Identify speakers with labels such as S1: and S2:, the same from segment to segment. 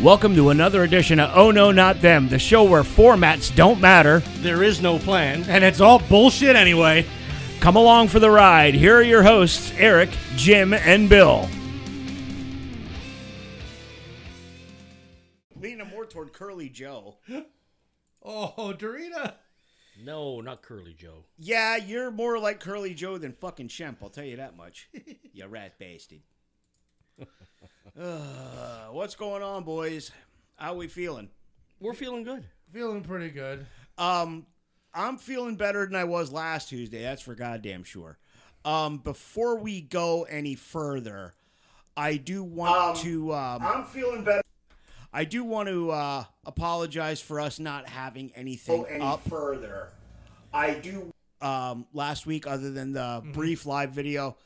S1: Welcome to another edition of Oh No Not Them, the show where formats don't matter.
S2: There is no plan.
S3: And it's all bullshit anyway.
S1: Come along for the ride. Here are your hosts, Eric, Jim, and Bill.
S4: Leaning more toward Curly Joe.
S3: Oh, Dorita.
S2: No, not Curly Joe.
S4: Yeah, you're more like Curly Joe than fucking Shemp, I'll tell you that much. you rat bastard. uh, what's going on, boys? How we feeling?
S2: We're feeling good.
S3: Feeling pretty good.
S4: Um, I'm feeling better than I was last Tuesday. That's for goddamn sure. Um, before we go any further, I do want
S5: Um,
S4: to. Um,
S5: I'm feeling better.
S4: I do want to uh, apologize for us not having anything
S5: any
S4: up
S5: further. I do.
S4: um, last week, other than the brief live video.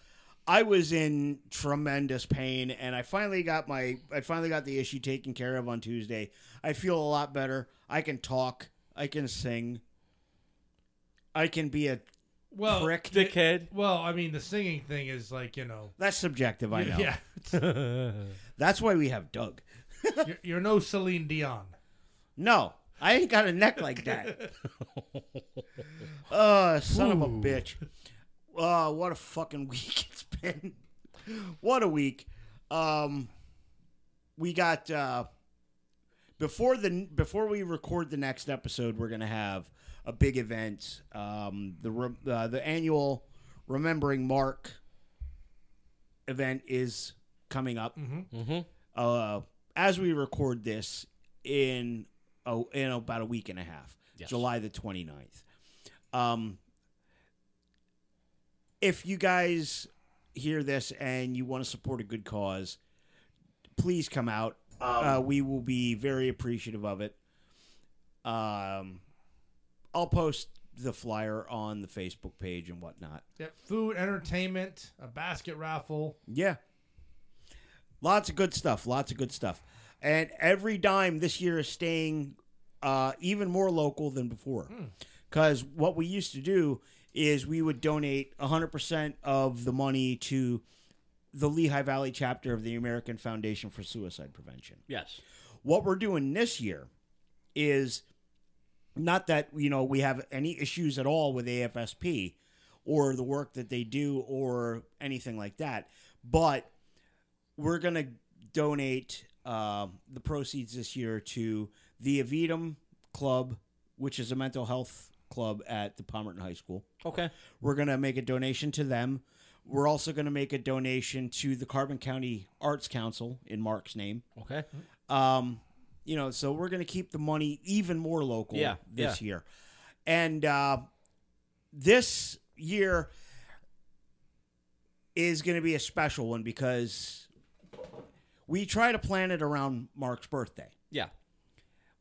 S4: I was in tremendous pain, and I finally got my I finally got the issue taken care of on Tuesday. I feel a lot better. I can talk. I can sing. I can be a
S3: Well,
S4: Prick.
S2: Dickhead.
S3: well, I mean, the singing thing is like you know.
S4: that's subjective. I know.
S3: Yeah,
S4: That's why we have Doug.
S3: you're, you're no Celine Dion.
S4: No, I ain't got a neck like that. uh, son of a
S3: Ooh.
S4: bitch. Uh, what a fucking week it's been. what a week. Um, we got uh, before the before we record the next episode, we're gonna have a big event. Um, the re- uh, the annual remembering Mark event is coming up
S2: Mm-hmm.
S4: uh, as we record this in oh, in about a week and a half,
S2: Yes.
S4: July the 29th. Um, if you guys hear this and you want to support a good cause, please come out. uh, we will be very appreciative of it. Um, I'll post the flyer on the Facebook page and whatnot.
S3: Yep. Food, entertainment, a basket raffle.
S4: Yeah. Lots of good stuff. Lots of good stuff. And every dime this year is staying uh, even more local than before. Because what we used to do is we would donate 100% of the money to the Lehigh Valley chapter of the American Foundation for Suicide Prevention
S2: Yes.
S4: what we're doing this year is not that you know we have any issues at all with AFSP or the work that they do or anything like that, but we're gonna donate uh, the proceeds this year to the Avidum Club, which is a mental health club at the Palmerton High School.
S2: Okay.
S4: We're going to make a donation to them. We're also going to make a donation to the Carbon County Arts Council in Mark's name.
S2: Okay.
S4: Um, you know, so we're going to keep the money even more local
S2: Yeah,
S4: this year. And uh, this year is going to be a special one because we try to plan it around Mark's birthday.
S2: Yeah.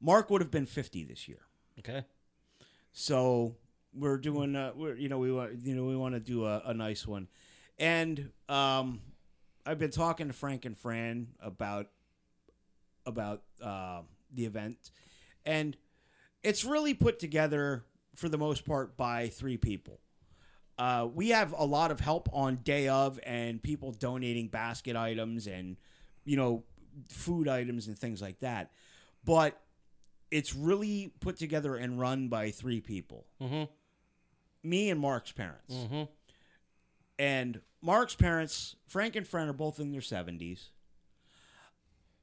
S4: Mark would have been 50 this year.
S2: Okay.
S4: So we're doing, uh, we're, you know, we want, you know, we want to do a, a nice one. And um, I've been talking to Frank and Fran about about uh, the event, and it's really put together for the most part by three people. Uh, we have a lot of help on day of, and people donating basket items and you know food items and things like that. But it's really put together and run by three people
S2: Mm-hmm.
S4: me and Mark's parents.
S2: Mm-hmm.
S4: And Mark's parents, Frank and Fran, are both in their 70s.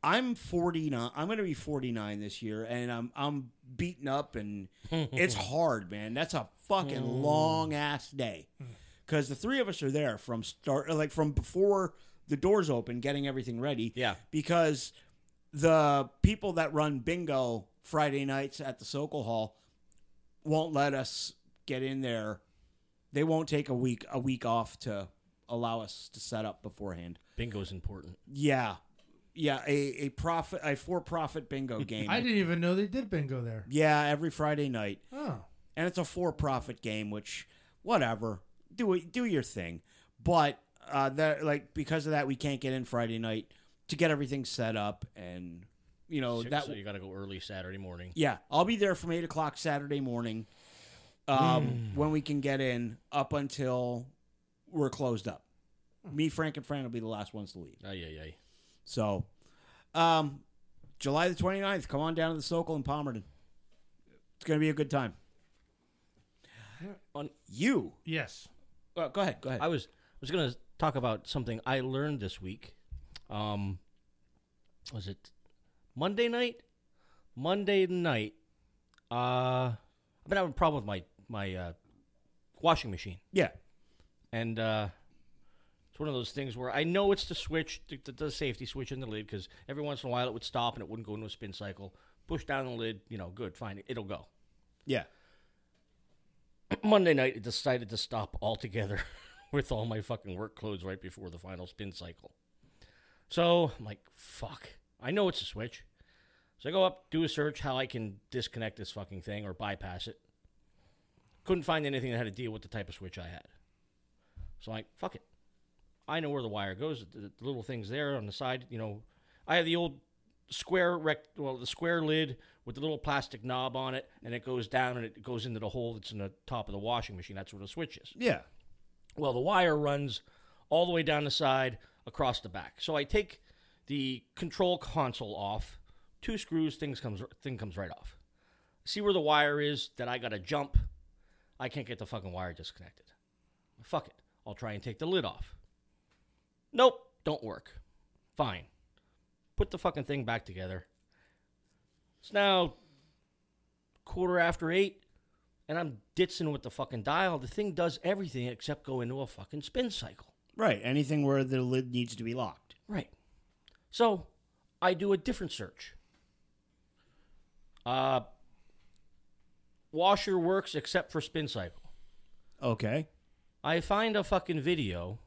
S4: I'm 49. I'm going to be 49 this year, and I'm I'm beaten up, and it's hard, man. That's a fucking long ass day, because the three of us are there from start, like from before the doors open, getting everything ready.
S2: Yeah.
S4: because the people that run bingo Friday nights at the Sokol Hall won't let us get in there. They won't take a week a week off to allow us to set up beforehand.
S2: Bingo's important.
S4: Yeah. Yeah, a, a profit a for profit bingo game.
S3: I didn't even know they did bingo there.
S4: Yeah, every Friday night.
S3: Oh,
S4: And it's a for profit game, which whatever. Do it do your thing. But uh that like because of that we can't get in Friday night to get everything set up and you know
S2: Six,
S4: that
S2: so you got to go early Saturday morning.
S4: Yeah, I'll be there from eight o'clock Saturday morning, um, when we can get in up until we're closed up. Me, Frank, and Fran will be the last ones to leave.
S2: Ay, ay, ay.
S4: So, um, July the 29th, come on down to the Sokol in Palmerton. It's going to be a good time.
S2: On-
S4: you.
S3: Yes.
S4: Well, go ahead. Go ahead.
S2: I was I was gonna talk about something I learned this week. Um, was it Monday night? Monday night. Uh, I've been having a problem with my my uh, washing machine,
S4: yeah.
S2: and uh, it's one of those things where I know it's the switch, the, the, the safety switch in the lid, because every once in a while it would stop and it wouldn't go into a spin cycle. Push down the lid, you know, good, fine, it'll go.
S4: Yeah.
S2: Monday night, it decided to stop altogether with all my fucking work clothes right before the final spin cycle. So I'm like, fuck. I know it's a switch. So I go up, do a search how I can disconnect this fucking thing or bypass it. Couldn't find anything that had to deal with the type of switch I had. So I'm like, fuck it. I know where the wire goes. The, the little things there on the side, you know. I have the old square rect well the square lid with the little plastic knob on it and it goes down and it goes into the hole that's in the top of the washing machine that's where the switch is
S4: Yeah.
S2: well the wire runs all the way down the side across the back so i take the control console off two screws things comes thing comes right off see where the wire is that i gotta jump i can't get the fucking wire disconnected fuck it i'll try and take the lid off nope don't work fine put the fucking thing back together. It's now quarter after eight, and I'm ditzing with the fucking dial. The thing does everything except go into a fucking spin cycle.
S4: Right. Anything where the lid needs to be locked.
S2: Right. So I do a different search. Uh, washer works except for spin cycle.
S4: Okay.
S2: I find a fucking video.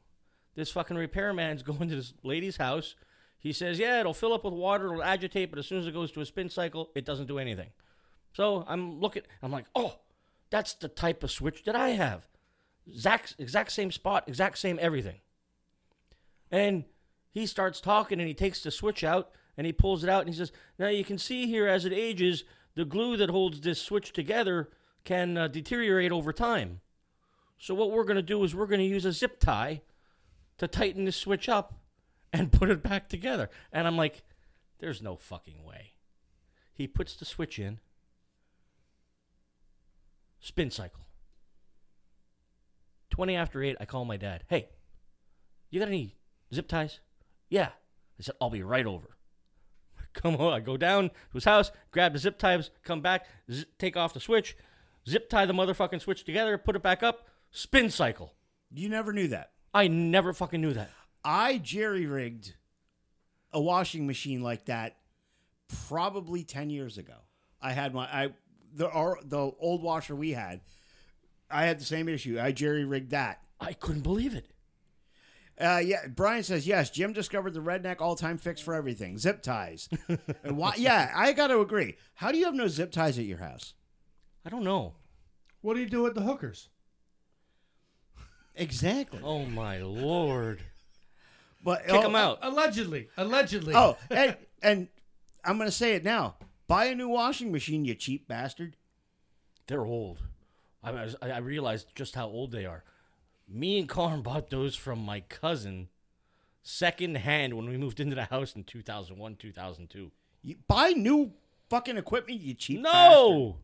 S2: This fucking repairman's going to this lady's house. He says, "Yeah, it'll fill up with water, it'll agitate, but as soon as it goes to a spin cycle, it doesn't do anything." So I'm looking. I'm like, "Oh, that's the type of switch that I have. Exact, exact same spot, exact same everything." And he starts talking, and he takes the switch out, and he pulls it out, and he says, "Now you can see here as it ages, the glue that holds this switch together can uh, deteriorate over time." So what we're going to do is we're going to use a zip tie to tighten this switch up and put it back together. And I'm like, there's no fucking way. He puts the switch in. Spin cycle. 20 after 8, I call my dad. Hey, you got any zip ties? Yeah. I said, I'll be right over. Come on. I go down to his house, grab the zip ties, come back, z- take off the switch, zip tie the motherfucking switch together, put it back up, spin cycle.
S4: You never knew that.
S2: I never fucking knew that.
S4: I jerry rigged a washing machine like that probably 10 years ago. I had my I the our, the old washer we had. I had the same issue. I jerry rigged that.
S2: I couldn't believe it.
S4: Uh, yeah, Brian says yes. Jim discovered the redneck all-time fix for everything: zip ties. and why? Yeah, I got to agree. How do you have no zip ties at your house?
S2: I don't know.
S3: What do you do with the hookers?
S4: Exactly.
S2: Oh my lord.
S4: But
S2: Kick 'em out.
S3: Oh, Allegedly. Allegedly.
S4: Oh, and, and I'm going to say it now: buy a new washing machine, you cheap bastard.
S2: They're old. I, I, was- I I realized just how old they are. Me and Carm bought those from my cousin second hand when we moved into the house in 2001, 2002.
S4: You buy new fucking equipment, you cheap. bastard.
S2: No! Ah,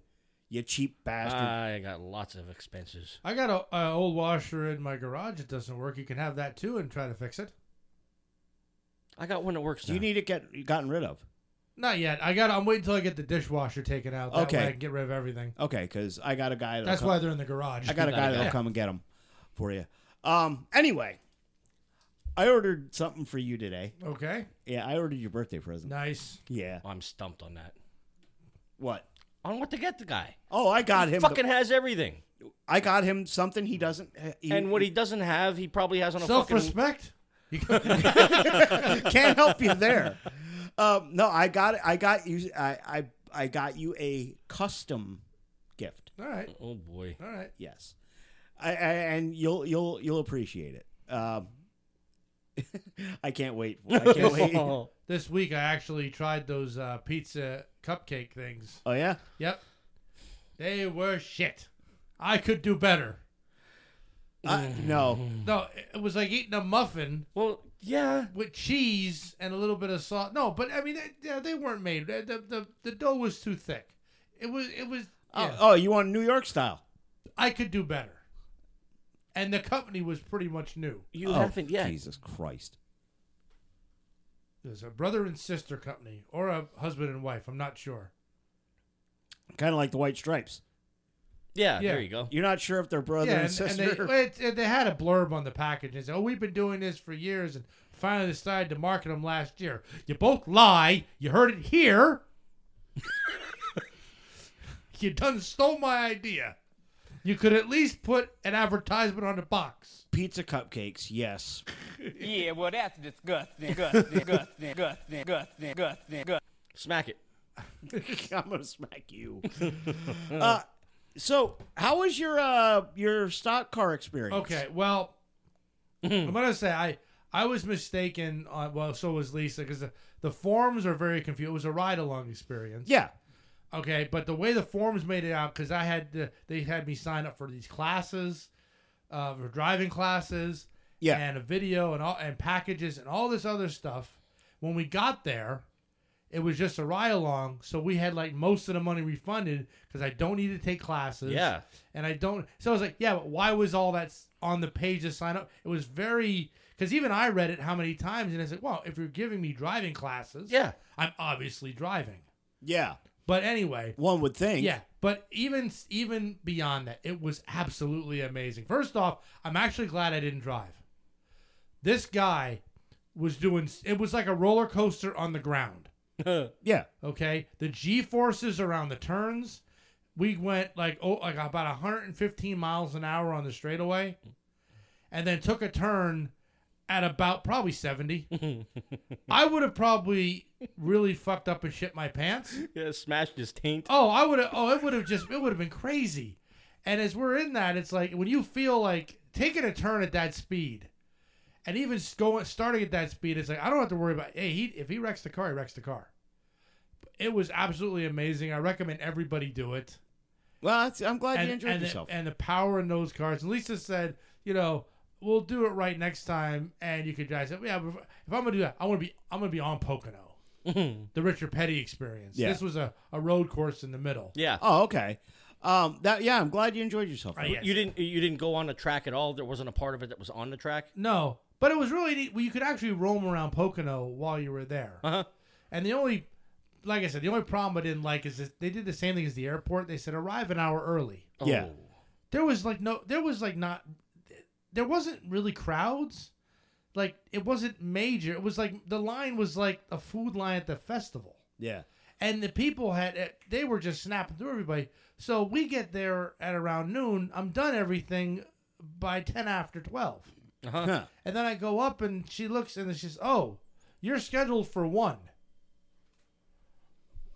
S4: you cheap bastard.
S2: I got lots of expenses.
S3: I got a, a old washer in my garage. It doesn't work. You can have that too and try to fix it.
S2: I got one that works
S4: Do you
S2: now.
S4: need to get gotten rid of?
S3: Not yet. I got. I'm waiting until I get the dishwasher taken out. That
S4: Okay.
S3: way I can get rid of everything.
S4: Okay, because I got a guy. that'll
S3: That's
S4: come-
S3: why they're in the garage.
S4: I got a
S2: Gotta
S4: guy
S2: go.
S4: that'll come and get them for you. Um. Anyway, I ordered something for you today.
S3: Okay.
S4: Yeah, I ordered your birthday present.
S3: Nice.
S4: Yeah.
S2: I'm stumped on that.
S4: What?
S2: On what to get the guy.
S4: Oh, I got him.
S2: Fucking has everything.
S4: I got him something he doesn't. He,
S2: And what he doesn't have, he probably has on a
S3: Self
S2: fucking.
S3: respect.
S4: can't help you there. Um, no, I got I got you. I, I I got you a custom gift.
S3: All right.
S2: Oh boy.
S3: All right.
S4: Yes, I, I and you'll you'll you'll appreciate it. Um, I can't wait. I can't wait. Oh
S3: This week I actually tried those uh, pizza cupcake things.
S4: yeah.
S3: Yep. They were shit. I could do better.
S4: I, Uh, no.
S3: No, it was like eating a muffin
S2: Well, Yeah.
S3: with cheese and a little bit of salt. No, but I mean, they, yeah, they weren't made. The, the, the, the dough was too thick. It was, it was, yeah,
S4: Oh, oh, you want New York style?
S3: I could do better. And the company was pretty much new.
S2: You
S4: oh,
S2: haven't yet.
S4: Jesus Christ.
S3: There's a brother and sister company or a husband and wife. I'm not sure.
S4: Kind of like the White Stripes.
S2: Yeah,
S3: Yeah.
S2: There you go.
S4: You're not sure if they're brother
S3: yeah,
S4: and
S3: and, and
S4: sister.
S3: they, it, and they had a blurb on the package. It said, "Oh, we've been doing this for years, and finally decided to market them last year. You both lie. You heard it here. you done stole my idea. You could at least put an advertisement on the box.
S4: Pizza cupcakes, yes.
S6: Yeah, well, that's disgusting. Disgusting. Disgusting. Disgusting. Disgusting. Disgusting.
S2: Smack it.
S4: I'm gonna smack you. uh, so, how was your uh, your stock car experience?
S3: Okay, well, I'm gonna say I I was mistaken. On, well, so was Lisa because the, the forms are very confused. It was a ride along experience.
S4: Yeah.
S3: Okay, but the way the forms made it out, because I had to, they had me sign up for these classes, uh, for driving classes,
S4: Yeah.
S3: and a video and all and packages and all this other stuff. When we got there, it was just a ride along, so we had like most of the money refunded because I don't need to take classes.
S2: Yeah.
S3: and I don't. So I was like, yeah, but why was all that s- on the page to sign up? It was very because even I read it how many times, and I said, well, if you're giving me driving classes,
S2: Yeah.
S3: I'm obviously driving.
S4: Yeah.
S3: But anyway,
S4: One would think.
S3: yeah, but even even beyond that, it was absolutely amazing. First off, I'm actually glad I didn't drive. This guy was doing it was like a roller coaster on the ground.
S4: Yeah.
S3: Okay, the G forces around the turns. We went like oh like about 115 miles an hour on the straightaway, and then took a turn at about probably 70. I would have probably really fucked up and shit my pants.
S2: Yeah, smashed his taint.
S3: Oh, I would have. Oh, it would have just. It would have been crazy. And as we're in that, it's like when you feel like taking a turn at that speed, and even s- going starting at that speed, it's like I don't have to worry about. Hey, he, if he wrecks the car, he wrecks the car. It was absolutely amazing. I recommend everybody do it.
S4: Well, that's, I'm glad
S3: And,
S4: you enjoyed
S3: and
S4: yourself.
S3: The, and the power in those cars. And Lisa said, you know, we'll do it right next time, and you can drive. I said, yeah, but if if I'm gonna do that, I want to be. I'm gonna be on Pocono, the Richard Petty experience.
S4: Yeah.
S3: This was a, a road course in the middle.
S2: Yeah.
S4: oh, okay. Um, that yeah, I'm glad you enjoyed yourself.
S3: Uh, yeah.
S2: You didn't you didn't go on the track at all. There wasn't a part of it that was on the track.
S3: No, but it was really neat. Well, you could actually roam around Pocono while you were there.
S2: Uh-huh.
S3: And the only, like I said, the only problem I didn't like is that they did the same thing as the airport. They said arrive an hour early.
S2: Oh.
S4: Yeah.
S3: There was like no, there was like not, there wasn't really crowds. Like it wasn't major. It was like the line was like a food line at the festival
S4: Yeah.
S3: and the people had eh, they were just snapping through everybody. So we get there at around noon. I'm done everything by ten after 12
S4: Huh.
S3: and then I go up and she looks and she's oh, you're scheduled for one.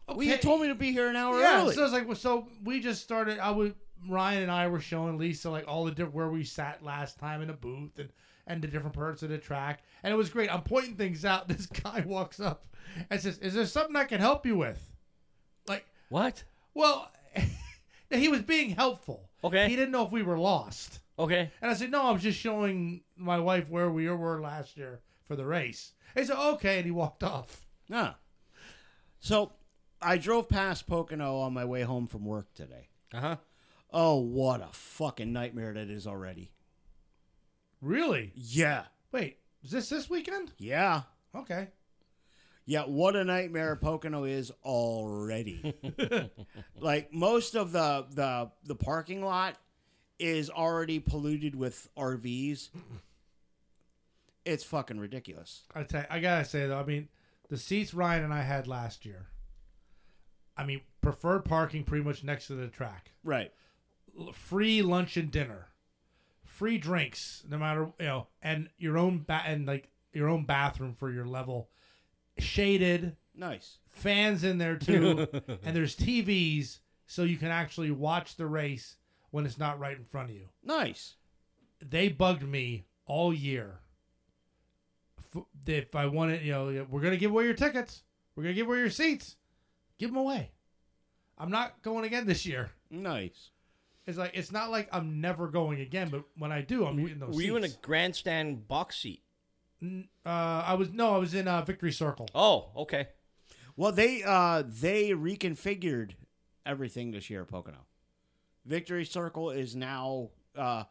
S4: Well, you told me to be here an hour
S3: Yeah,
S4: early.
S3: so it's like well, so we just started. I would Ryan and I were showing Lisa like all the different where we sat last time in the booth and and the different parts of the track, and it was great. I'm pointing things out. This guy walks up and says, "Is there something I can help you with?" Like
S2: What?
S3: well, he was being helpful.
S2: Okay.
S3: He didn't know if we were lost.
S2: Okay.
S3: And I said, no, I'm just showing my wife where we were last year for the race. He said, okay. And he walked off.
S4: Huh. So I drove past Pocono on my way home from work today.
S2: Uh huh.
S4: Oh, what a fucking nightmare that is already.
S3: Really?
S4: Yeah.
S3: Wait, is this this weekend?
S4: Yeah.
S3: Okay.
S4: Yeah, what a nightmare Pocono is already. like most of the the the parking lot is already polluted with RVs. It's fucking ridiculous.
S3: I, tell I gotta say though, I mean, the seats Ryan and I had last year. I mean, preferred parking pretty much next to the track.
S4: Right.
S3: L- Free lunch and dinner, free drinks, no matter you know, and your own ba- and like your own bathroom for your level, shaded,
S4: Nice.
S3: fans in there too, and there's TVs so you can actually watch the race when it's not right in front of you.
S4: Nice.
S3: They bugged me all year. F- If I wanted, you know, we're gonna give away your tickets, we're gonna give away your seats, give them away. I'm not going again this year.
S4: Nice.
S3: It's like it's not like I'm never going again, but when I do, I'm getting those
S2: Were you in a
S3: seats.
S2: grandstand box seat?
S3: Uh, I was no, I was in uh, Victory Circle.
S2: Oh, okay.
S4: Well, they uh they reconfigured everything this year, at Pocono. Victory Circle is now uh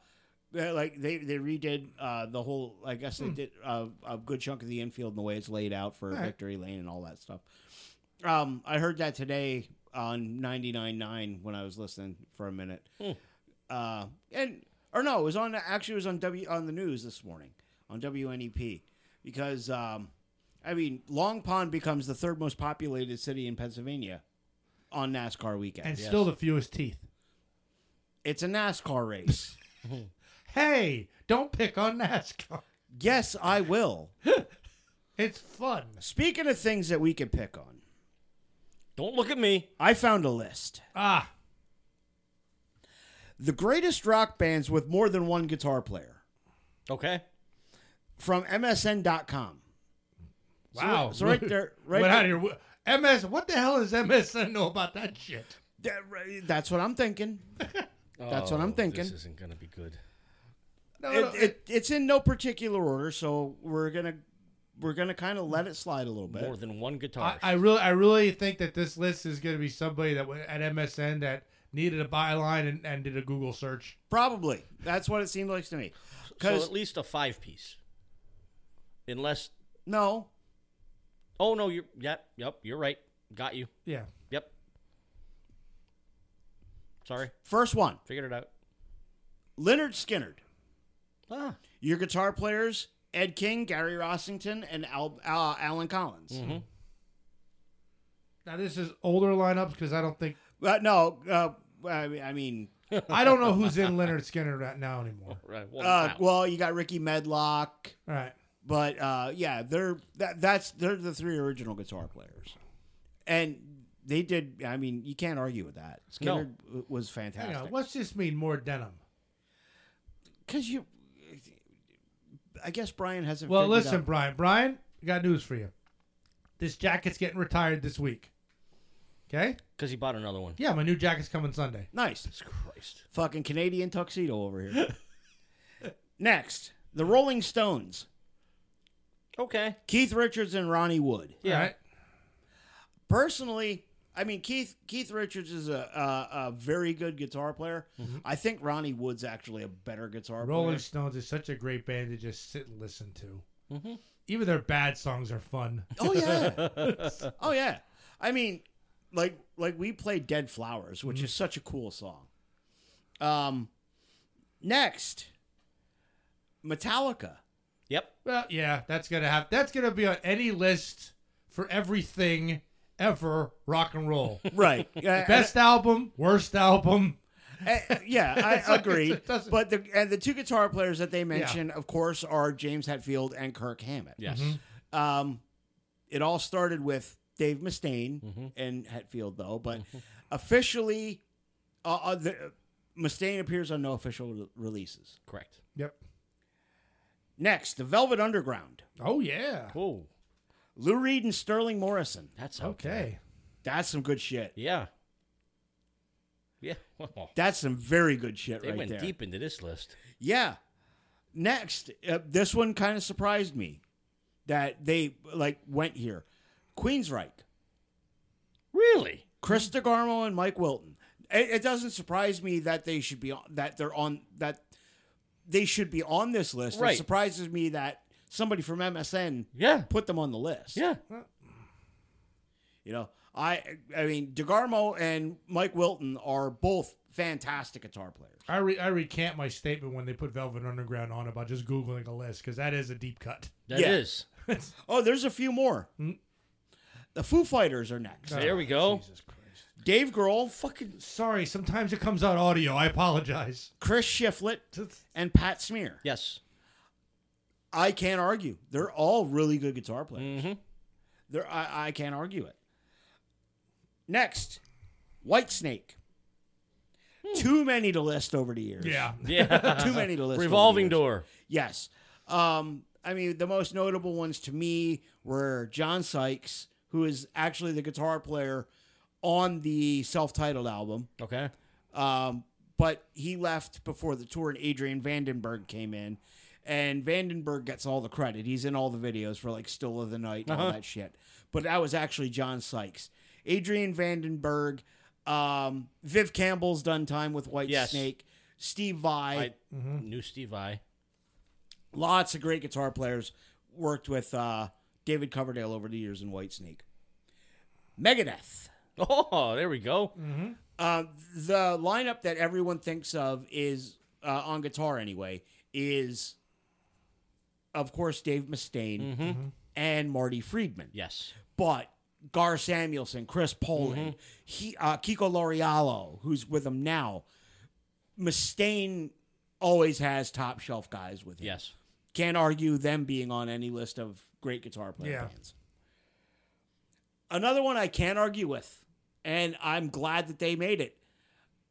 S4: they're like they they redid uh the whole I guess they did uh, a good chunk of the infield and the way it's laid out for
S3: right.
S4: Victory Lane and all that stuff. Um I heard that today on 99.9 when I was listening for a minute. Uh and or no, it was on actually it was on W on the news this morning on WNEP because um I mean, Long Pond becomes the third most populated city in Pennsylvania on NASCAR weekend.
S3: and still the fewest teeth.
S4: it's a NASCAR race.
S3: Hey, don't pick on NASCAR.
S4: yes, I will.
S3: It's fun.
S4: Speaking of things that we could pick on,
S2: Don't look at me.
S4: I found a list.
S3: Ah,
S4: The greatest rock bands with more than one guitar player
S2: Okay.
S4: from MSN.com.
S3: wow.
S4: So right there, right
S3: Went
S4: there-
S3: out of here. MS, what the hell does MSN know about that shit?
S4: that- right- That's what I'm thinking. That's what I'm thinking.
S2: Oh, This isn't gonna be good.
S3: No, no,
S4: It, it, it's in no particular order, so we're gonna we're gonna kind of let it slide a little bit.
S2: More than one guitar.
S3: I, I really, I really think that this list is going to be somebody that went at MSN that needed a byline and, and did a Google search.
S4: Probably that's what it seemed like to me.
S2: so
S4: 'Cause-
S2: at least a five piece. Unless
S4: No,
S2: oh no, you're yep, yep, you're right. Got you.
S3: Yeah,
S2: Yep. Sorry,
S4: first one,
S2: figured it out.
S4: Leonard Skinnard.
S2: Ah.
S4: Your guitar players: Ed King, Gary Rossington, and Al, uh, Alan Collins.
S2: Hmm.
S3: Now this is older lineups because I don't think
S4: But no, uh, I mean- I mean,
S3: I don't know who's in Leonard Skinner right now anymore.
S2: Right. Well,
S4: uh,
S2: now.
S4: well, you got Ricky Medlock,
S3: All right,
S4: but uh, yeah, they're that, that's they're the three original guitar players, and they did. I mean, you can't argue with that. Skinner w- was
S3: hang on.
S4: fantastic
S3: What's this mean? More denim?
S4: because you. I guess Brian hasn't.
S3: Well,
S4: figured
S3: listen,
S4: out-
S3: Brian. Brian, I got news for you. This jacket's getting retired this week. Okay.
S2: because he bought another one.
S3: Yeah, my new jacket's coming Sunday.
S4: nice.
S2: Jesus Christ.
S4: Fucking Canadian tuxedo over here. Next, the Rolling Stones.
S2: Okay.
S4: Keith Richards and Ronnie Wood.
S2: Yeah.
S3: All right.
S4: Personally, I mean Keith Keith Richards is a a, a very good guitar player. I think Ronnie Wood's actually a better guitar
S3: Rolling
S4: player.
S3: Stones is such a great band to just sit and listen to. Even their bad songs are fun.
S4: Oh yeah. oh yeah. I mean, like like we played Dead Flowers, which
S3: Mm-hmm.
S4: is such a cool song. Um next Metallica.
S2: Yep.
S3: Well, yeah, that's gonna have that's gonna be on any list for everything ever rock and roll.
S4: Right. Yeah,
S3: Best album, worst album.
S4: Uh, yeah, I agree.
S3: It doesn't-
S4: But the and the two guitar players that they mention, of course, are James Hetfield and Kirk Hammett.
S2: Yes.
S4: Um, it all started with Dave Mustaine
S2: Mm-hmm.
S4: and Hetfield, though. But officially, uh, uh, the, Mustaine appears on no official re- releases.
S2: Correct.
S3: Yep.
S4: Next, the Velvet Underground,
S3: Oh yeah.
S2: Cool.
S4: Lou Reed and Sterling Morrison.
S2: That's okay.
S3: Okay.
S4: That's some good shit.
S2: Yeah. Yeah. Well,
S4: That's some very good shit
S2: they
S4: right
S2: went
S4: there.
S2: deep into this list.
S4: Yeah. Next, uh, this one kind of surprised me that they like went here. Queensryche,
S2: Really?
S4: Chris DeGarmo and Mike Wilton. It, it doesn't surprise me that they should be on, that they're on that they should be on this list.
S2: Right.
S4: It surprises me that somebody from MSN
S2: Yeah.
S4: put them on the list.
S2: Yeah.
S4: You know, I I mean DeGarmo and Mike Wilton are both fantastic guitar players.
S3: I re- I recant my statement when they put Velvet Underground on about just googling a list because that is a deep cut.
S2: That is.
S4: Yeah. Oh, there's a few more.
S2: Mm.
S4: The Foo Fighters are next.
S2: There we
S4: Oh,
S2: go.
S3: Jesus Christ.
S4: Dave Grohl,
S2: Fucking
S3: Sorry, sometimes it comes out audio. I apologize.
S4: Chris Shiflett, and Pat Smear.
S2: yes.
S4: I can't argue. They're all really good guitar players.
S2: Mhm.
S4: They're, I, I can't argue it. Next, Whitesnake. Too many to list over the years.
S3: Yeah.
S2: Hmm. Yeah. Uh-huh.
S4: Too many to list. over the
S2: Revolving
S4: years.
S2: door.
S4: Yes. Um, I mean, the most notable ones to me were John Sykes, who is actually the guitar player on the self titled album.
S2: Okay.
S4: Um, but he left before the tour, and Adrian Vandenberg came in. and Vandenberg gets all the credit. He's in all the videos for like Still of the Night and
S2: Uh-huh.
S4: all that shit. But that was actually John Sykes. Adrian Vandenberg, um, Viv Campbell's done time with White
S2: Yes.
S4: Snake, Steve Vai,
S2: I knew Steve I.
S4: lots of great guitar players worked with uh, David Coverdale over the years in White Snake. Megadeth.
S2: Oh, there we go.
S4: Uh, the lineup that everyone thinks of is uh, on guitar anyway is, of course, Dave Mustaine and Marty Friedman.
S2: Yes.
S4: But Gar Samuelson, Chris Poland, he, uh, Kiko Loriallo, who's with him now, Mustaine always has top shelf guys with him
S2: Yes.
S4: can't argue them being on any list of great guitar player
S3: Yeah.
S4: bands. Another one I can't argue with, and I'm glad that they made it.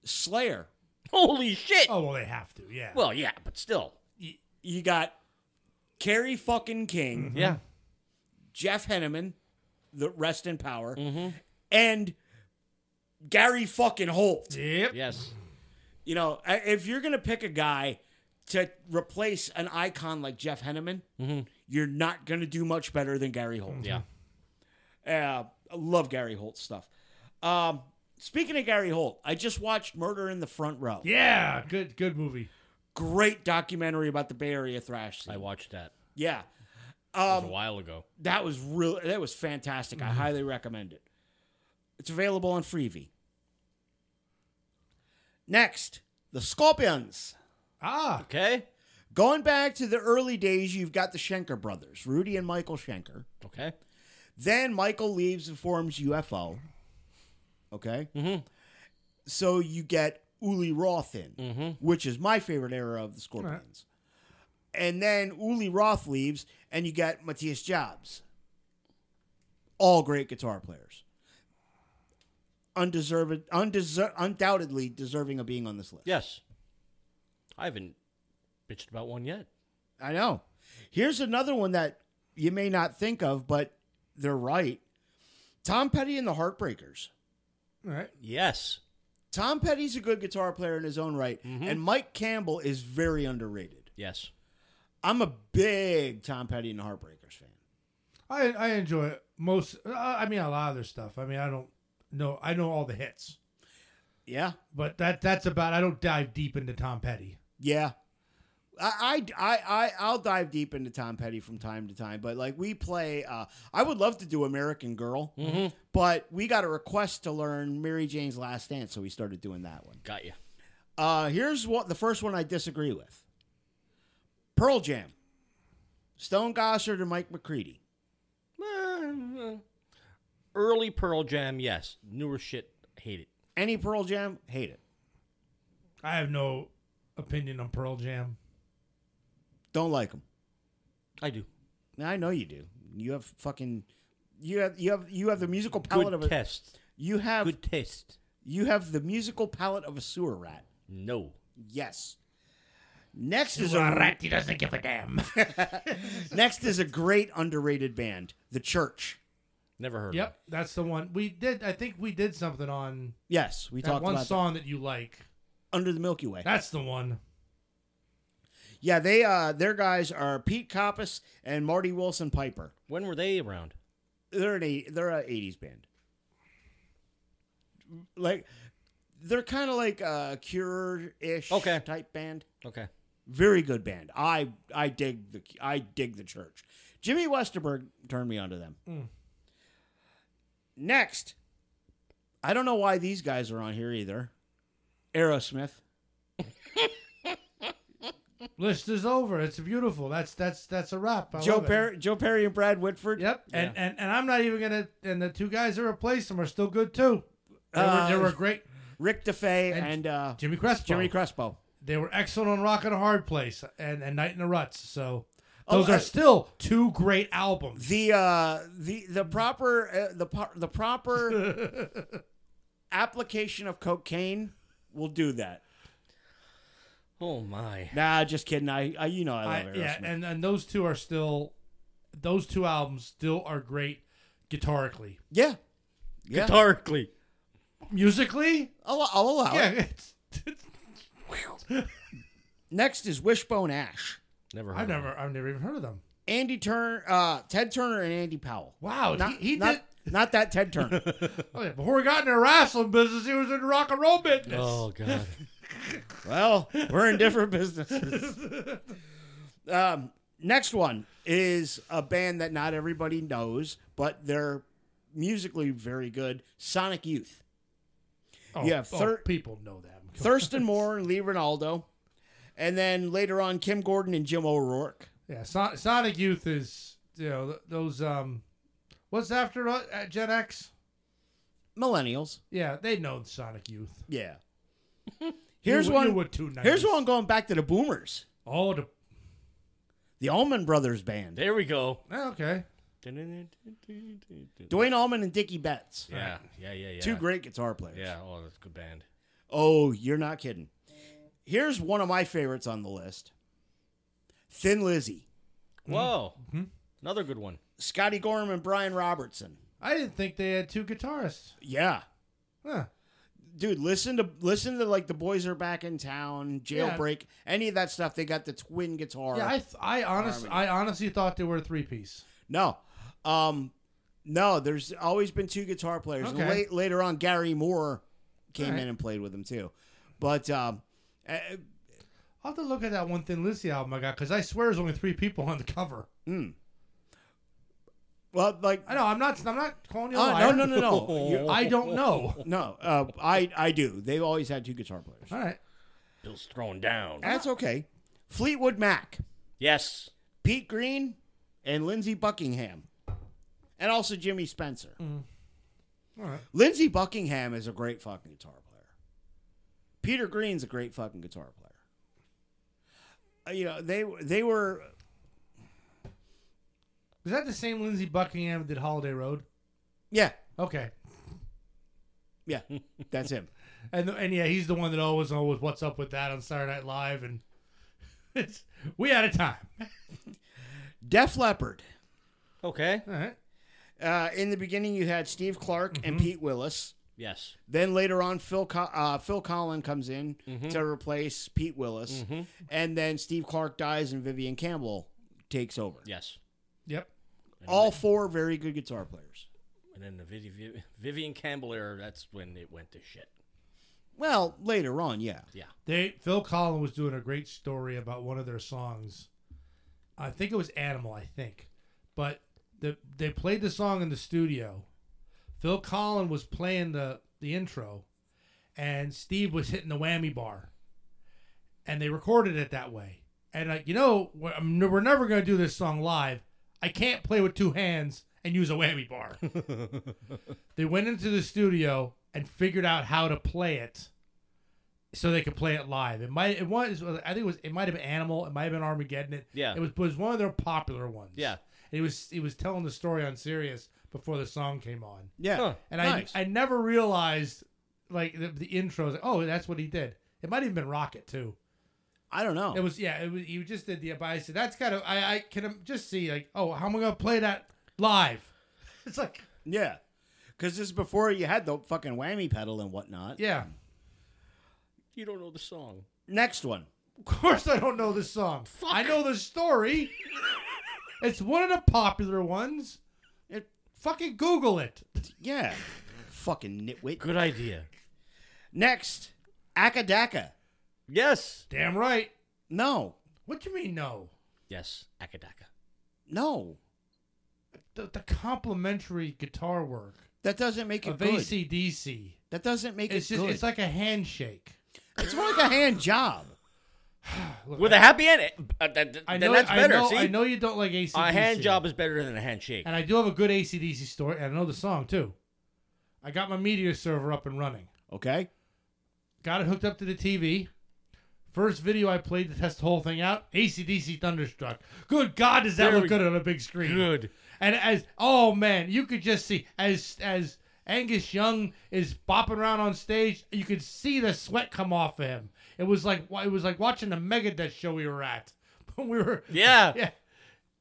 S4: Slayer.
S2: Holy shit.
S3: Oh well, they have to. Yeah.
S2: Well, yeah, but still.
S4: You got Kerry fucking King,
S2: Yeah.
S4: Jeff Henneman, the Rest in Power, and Gary fucking Holt.
S3: yep.
S2: Yes.
S4: You know, I- if you're gonna pick a guy to replace an icon like Jeff Henneman, you're not gonna do much better than Gary Holt.
S2: Yeah.
S4: Uh, I love Gary Holt stuff. Um, speaking of Gary Holt, I just watched Murder in the Front Row.
S3: Yeah. Good. Good movie.
S4: Great documentary about the Bay Area thrash scene.
S2: I watched that.
S4: yeah, Um,
S2: It was a Mm-hmm. while ago.
S4: that was real. That was fantastic. I highly recommend it. It's available on Freevee. Next, the Scorpions.
S3: Ah.
S2: Okay.
S4: Going back to the early days, you've got the Schenker brothers, Rudy and Michael Schenker.
S2: Okay.
S4: Then Michael leaves and forms UFO. Okay? Mm-hmm. So you get Uli Roth in, which is my favorite era of the Scorpions. And then Uli Roth leaves, and you get Matthias Jobs. All great guitar players. Undeserved, undeser- undoubtedly deserving of being on this list.
S2: Yes. I haven't bitched about one yet.
S4: I know. Here's another one that you may not think of, but they're right. Tom Petty and the Heartbreakers.
S3: All right.
S2: Yes.
S4: Tom Petty's a good guitar player in his own right, and Mike Campbell is very underrated.
S2: Yes.
S4: I'm a big Tom Petty and the Heartbreakers fan.
S3: I I enjoy it. most. Uh, I mean, a lot of their stuff. I mean, I don't know. I know all the hits,
S4: Yeah,
S3: but that that's about. I don't dive deep into Tom Petty.
S4: yeah. I, I, I, I, I'll dive deep into Tom Petty from time to time, but like we play, uh, I would love to do American Girl, but we got a request to learn Mary Jane's Last Dance, so we started doing that one.
S2: Got you.
S4: Uh, here's what the first one I disagree with Pearl Jam, Stone Gossard, and Mike McCready.
S2: Uh, Early Pearl Jam, yes. Newer shit, hate it.
S4: Any Pearl Jam, hate it.
S3: I have no opinion on Pearl Jam.
S4: Don't like them.
S2: I do.
S4: Now, I know you do. You have fucking you have you have you have the musical palate
S2: Good
S4: of a
S2: test.
S4: you have
S2: Good taste.
S4: you have the musical palate of a sewer rat.
S2: No.
S4: Yes. Next is a rat.
S3: He doesn't give a damn.
S4: Next is a great underrated band, The Church.
S2: Never heard of
S3: yep, that's the one we did. I think we did something on
S4: Yes, we
S3: that
S4: talked
S3: one
S4: about
S3: song that you like.
S4: that. Under the Milky Way.
S3: That's the one.
S4: Yeah, they uh their guys are Pete Coppice and Marty Wilson Piper.
S2: it. When were they around?
S4: They're an eight, they're a '80s band. Like, they're kind of like a Cure-ish
S2: Okay.
S4: type band.
S2: Okay.
S4: Very good band. I I dig the I dig the church. Jimmy Westerberg turned me onto them.
S3: Hmm.
S4: Next, I don't know why these guys are on here either. Aerosmith.
S3: List is over. It's beautiful. That's that's that's a wrap. I
S4: Joe
S3: love it.
S4: Perry, Joe Perry and Brad Whitford.
S3: Yep, and, and and I'm not even gonna. And the two guys that replaced them are still good too. They were, they
S4: Uh,
S3: were great.
S4: Rick DeFay and,
S3: And
S4: uh,
S3: Jimmy Crespo.
S4: Jimmy Crespo.
S3: They were excellent on Rock and a Hard Place and, and Night in the Ruts. So those
S4: Oh, I-
S3: are still two great albums.
S4: the uh the the proper uh, the po- the proper application of cocaine will do that.
S2: Oh my.
S4: Nah, just kidding. I, I you know I
S3: I-
S4: love Aerosmith.
S3: yeah, and, and those two are still, those two albums still are great guitarically.
S4: yeah, yeah.
S2: Darkly.
S3: Musically,
S4: I'll, I'll allow it.
S3: yeah, it's,
S4: Next is Wishbone Ash.
S2: Never heard.
S3: I've
S2: of it.
S3: never, I've never even heard of them.
S4: Andy Turner, uh, Ted Turner, and Andy Powell.
S3: Wow,
S4: Not,
S3: he, he
S4: not,
S3: did.
S4: not that Ted Turner.
S3: Oh, yeah, before he got in the wrestling business, he was in the rock and roll business.
S2: Oh God.
S4: well, we're in different businesses. Um, next one is a band that not everybody knows, but they're musically very good. Sonic Youth.
S3: Oh,
S4: Yeah,
S3: oh,
S4: thir-
S3: people know them.
S4: Thurston Moore and Lee Ronaldo. And then later on, Kim Gordon and Jim O'Rourke.
S3: Yeah, Son- Sonic Youth is you know th- those um, what's after uh, uh, Gen X?
S4: Millennials.
S3: Yeah, they know Sonic Youth.
S4: Yeah. Here's
S3: You- you
S4: one.
S3: were two
S4: Here's
S3: 90s.
S4: one going back to the boomers.
S3: Oh, the,
S4: The Allman Brothers Band.
S2: There we go.
S3: yeah, okay.
S4: Dwayne Allman and Dickie Betts.
S2: Yeah, yeah, yeah, yeah.
S4: Two great guitar players.
S2: Yeah, oh, that's a good band.
S4: Oh, you're not kidding. Here's one of my favorites on the list Thin Lizzy,
S3: Mm-hmm.
S2: Whoa, another good one.
S4: Scotty Gorham, and Brian Robertson.
S3: I didn't think they had two guitarists.
S4: Yeah.
S3: Huh.
S4: Dude, listen to listen to like the boys are back in town, jailbreak, any of that stuff. They got the twin guitar.
S3: Yeah, I th- I honestly I honestly thought they were a three piece.
S4: no, um, no. There's always been two guitar players. And
S3: Okay.
S4: late, later on, Gary Moore came
S3: Alright.
S4: in and played with them too. But um, eh,
S3: I'll have to look at that one Thin Lizzy album I got because I swear there's only three people on the cover.
S4: well, like,
S3: I know I'm not I'm not calling you a
S4: oh, no,
S3: liar.
S4: no, no, no, You-
S3: I don't know.
S4: no. Uh, I I do. They've always had two guitar players.
S3: All right.
S2: Bill's thrown down.
S4: That's okay. Fleetwood Mac,
S2: Yes.
S4: Pete Green, and Lindsey Buckingham, and also Jimmy Spencer.
S3: Alright.
S4: Lindsey Buckingham is a great fucking guitar player. Peter Green's a great fucking guitar player. Uh, you know they they were
S3: Is that the same Lindsey Buckingham that did Holiday Road?
S4: yeah
S3: Okay.
S4: yeah that's him.
S3: And and yeah, he's the one that always always what's up with that on Saturday Night Live and it's we out of time.
S4: Def Leppard.
S2: Okay.
S3: All right.
S4: Uh, in the beginning, you had Steve Clark and Pete Willis.
S2: Yes.
S4: Then later on, Phil Co- uh, Phil Collin comes in
S3: Mm-hmm.
S4: to replace Pete Willis, and then Steve Clark dies, and Vivian Campbell takes over.
S2: Yes.
S3: Yep.
S4: All four very good guitar players.
S2: And then the Vivi- Vivi- Vivian Campbell era. That's when it went to shit.
S4: Well, later on, yeah.
S3: They Phil Collin was doing a great story about one of their songs. I think it was Animal, I think. But the, they played the song in the studio. Phil Collin was playing the, the intro and Steve was hitting the whammy bar. And they recorded it that way. And like, you know, we're, I'm, we're never going to do this song live. I can't play with two hands and use a whammy bar. they went into the studio and figured out how to play it so they could play it live. It might it was I think it was it might have been Animal, it might have been Armageddon. It,
S2: Yeah.
S3: It was, was one of their popular ones.
S2: Yeah.
S3: And he was he was telling the story on Sirius before the song came on.
S4: Yeah.
S2: Huh.
S3: And
S4: nice.
S3: I I never realized like the, the intros. like, oh, that's what he did. It might have even been Rocket too.
S4: I don't know.
S3: It was yeah. It was he just did the but I said that's kind of I I can just see like oh how am I gonna play that live? It's like
S4: yeah. Because this is before you had the fucking whammy pedal and whatnot.
S3: yeah.
S2: You don't know the song.
S4: Next one.
S3: Of course I don't know this song. I know the story. it's one of the popular ones.
S4: It-
S3: Fucking Google it.
S4: yeah. fucking nitwit.
S2: Good idea.
S4: Next, Akadaka.
S2: Yes.
S3: Damn right.
S4: No.
S3: What you mean no?
S2: Yes. Akadaka.
S4: No.
S3: The, the complimentary guitar work
S4: That doesn't make it
S3: of
S4: good.
S3: ACDC.
S4: That doesn't make
S3: It's
S4: it
S3: just
S4: good.
S3: it's like a handshake.
S4: It's more like a hand job.
S3: Look,
S2: With
S3: I-
S2: a happy end. Uh, th- th-
S3: I
S2: then
S3: know,
S2: that's
S3: I
S2: better.
S3: know-
S2: See,
S3: I know you don't like ACDC.
S2: a hand job is better than a handshake.
S3: And I do have a good ACDC story, and I know the song too. I got my media server up and running.
S4: Okay.
S3: Got it hooked up to the TV. First video I played to test the whole thing out, ACDC Thunderstruck. Good God, does that
S2: There we-
S3: look good on a big screen?
S2: Good.
S3: And as oh man, you could just see as as Angus Young is bopping around on stage, you could see the sweat come off of him. It was like it was like watching the Megadeth show we were at. But we were
S2: Yeah.
S3: yeah.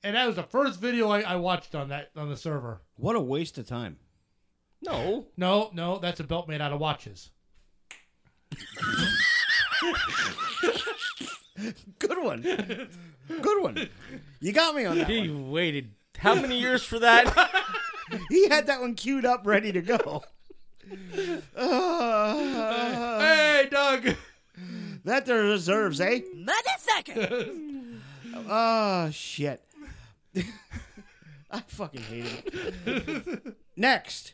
S3: And that was the first video I, I watched on that on the server.
S4: What a waste of time.
S2: No.
S3: No, no, that's a belt made out of watches.
S4: Good one. Good one. You got me on that.
S2: He
S4: One.
S2: waited how many years for that?
S4: He had that one queued up, ready to go. Uh,
S3: Hey, Doug.
S4: that deserves, eh?
S7: Motherfucker!
S4: Oh shit. I fucking hate it. Next,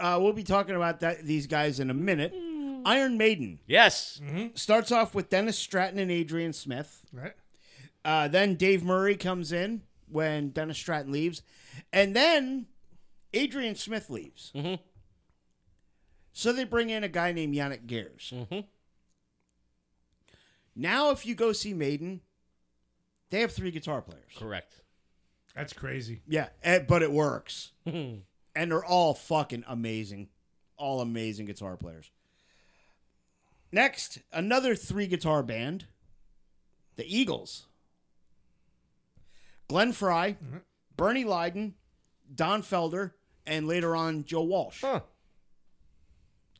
S4: uh, we'll be talking about that these guys in a minute. Iron Maiden
S2: yes.
S4: starts off with Dennis Stratton and Adrian Smith.
S3: Right.
S4: Uh, then Dave Murray comes in when Dennis Stratton leaves, and then Adrian Smith leaves.
S2: Mhm.
S4: So they bring in a guy named Yannick Gers. Now, if you go see Maiden, they have three guitar players.
S2: Correct.
S3: That's crazy.
S4: Yeah, and, but it works, and they're all fucking amazing, all amazing guitar players. Next, another three guitar band, the Eagles. Glenn Fry, Bernie Lyden, Don Felder, and later on Joe Walsh.
S2: Huh.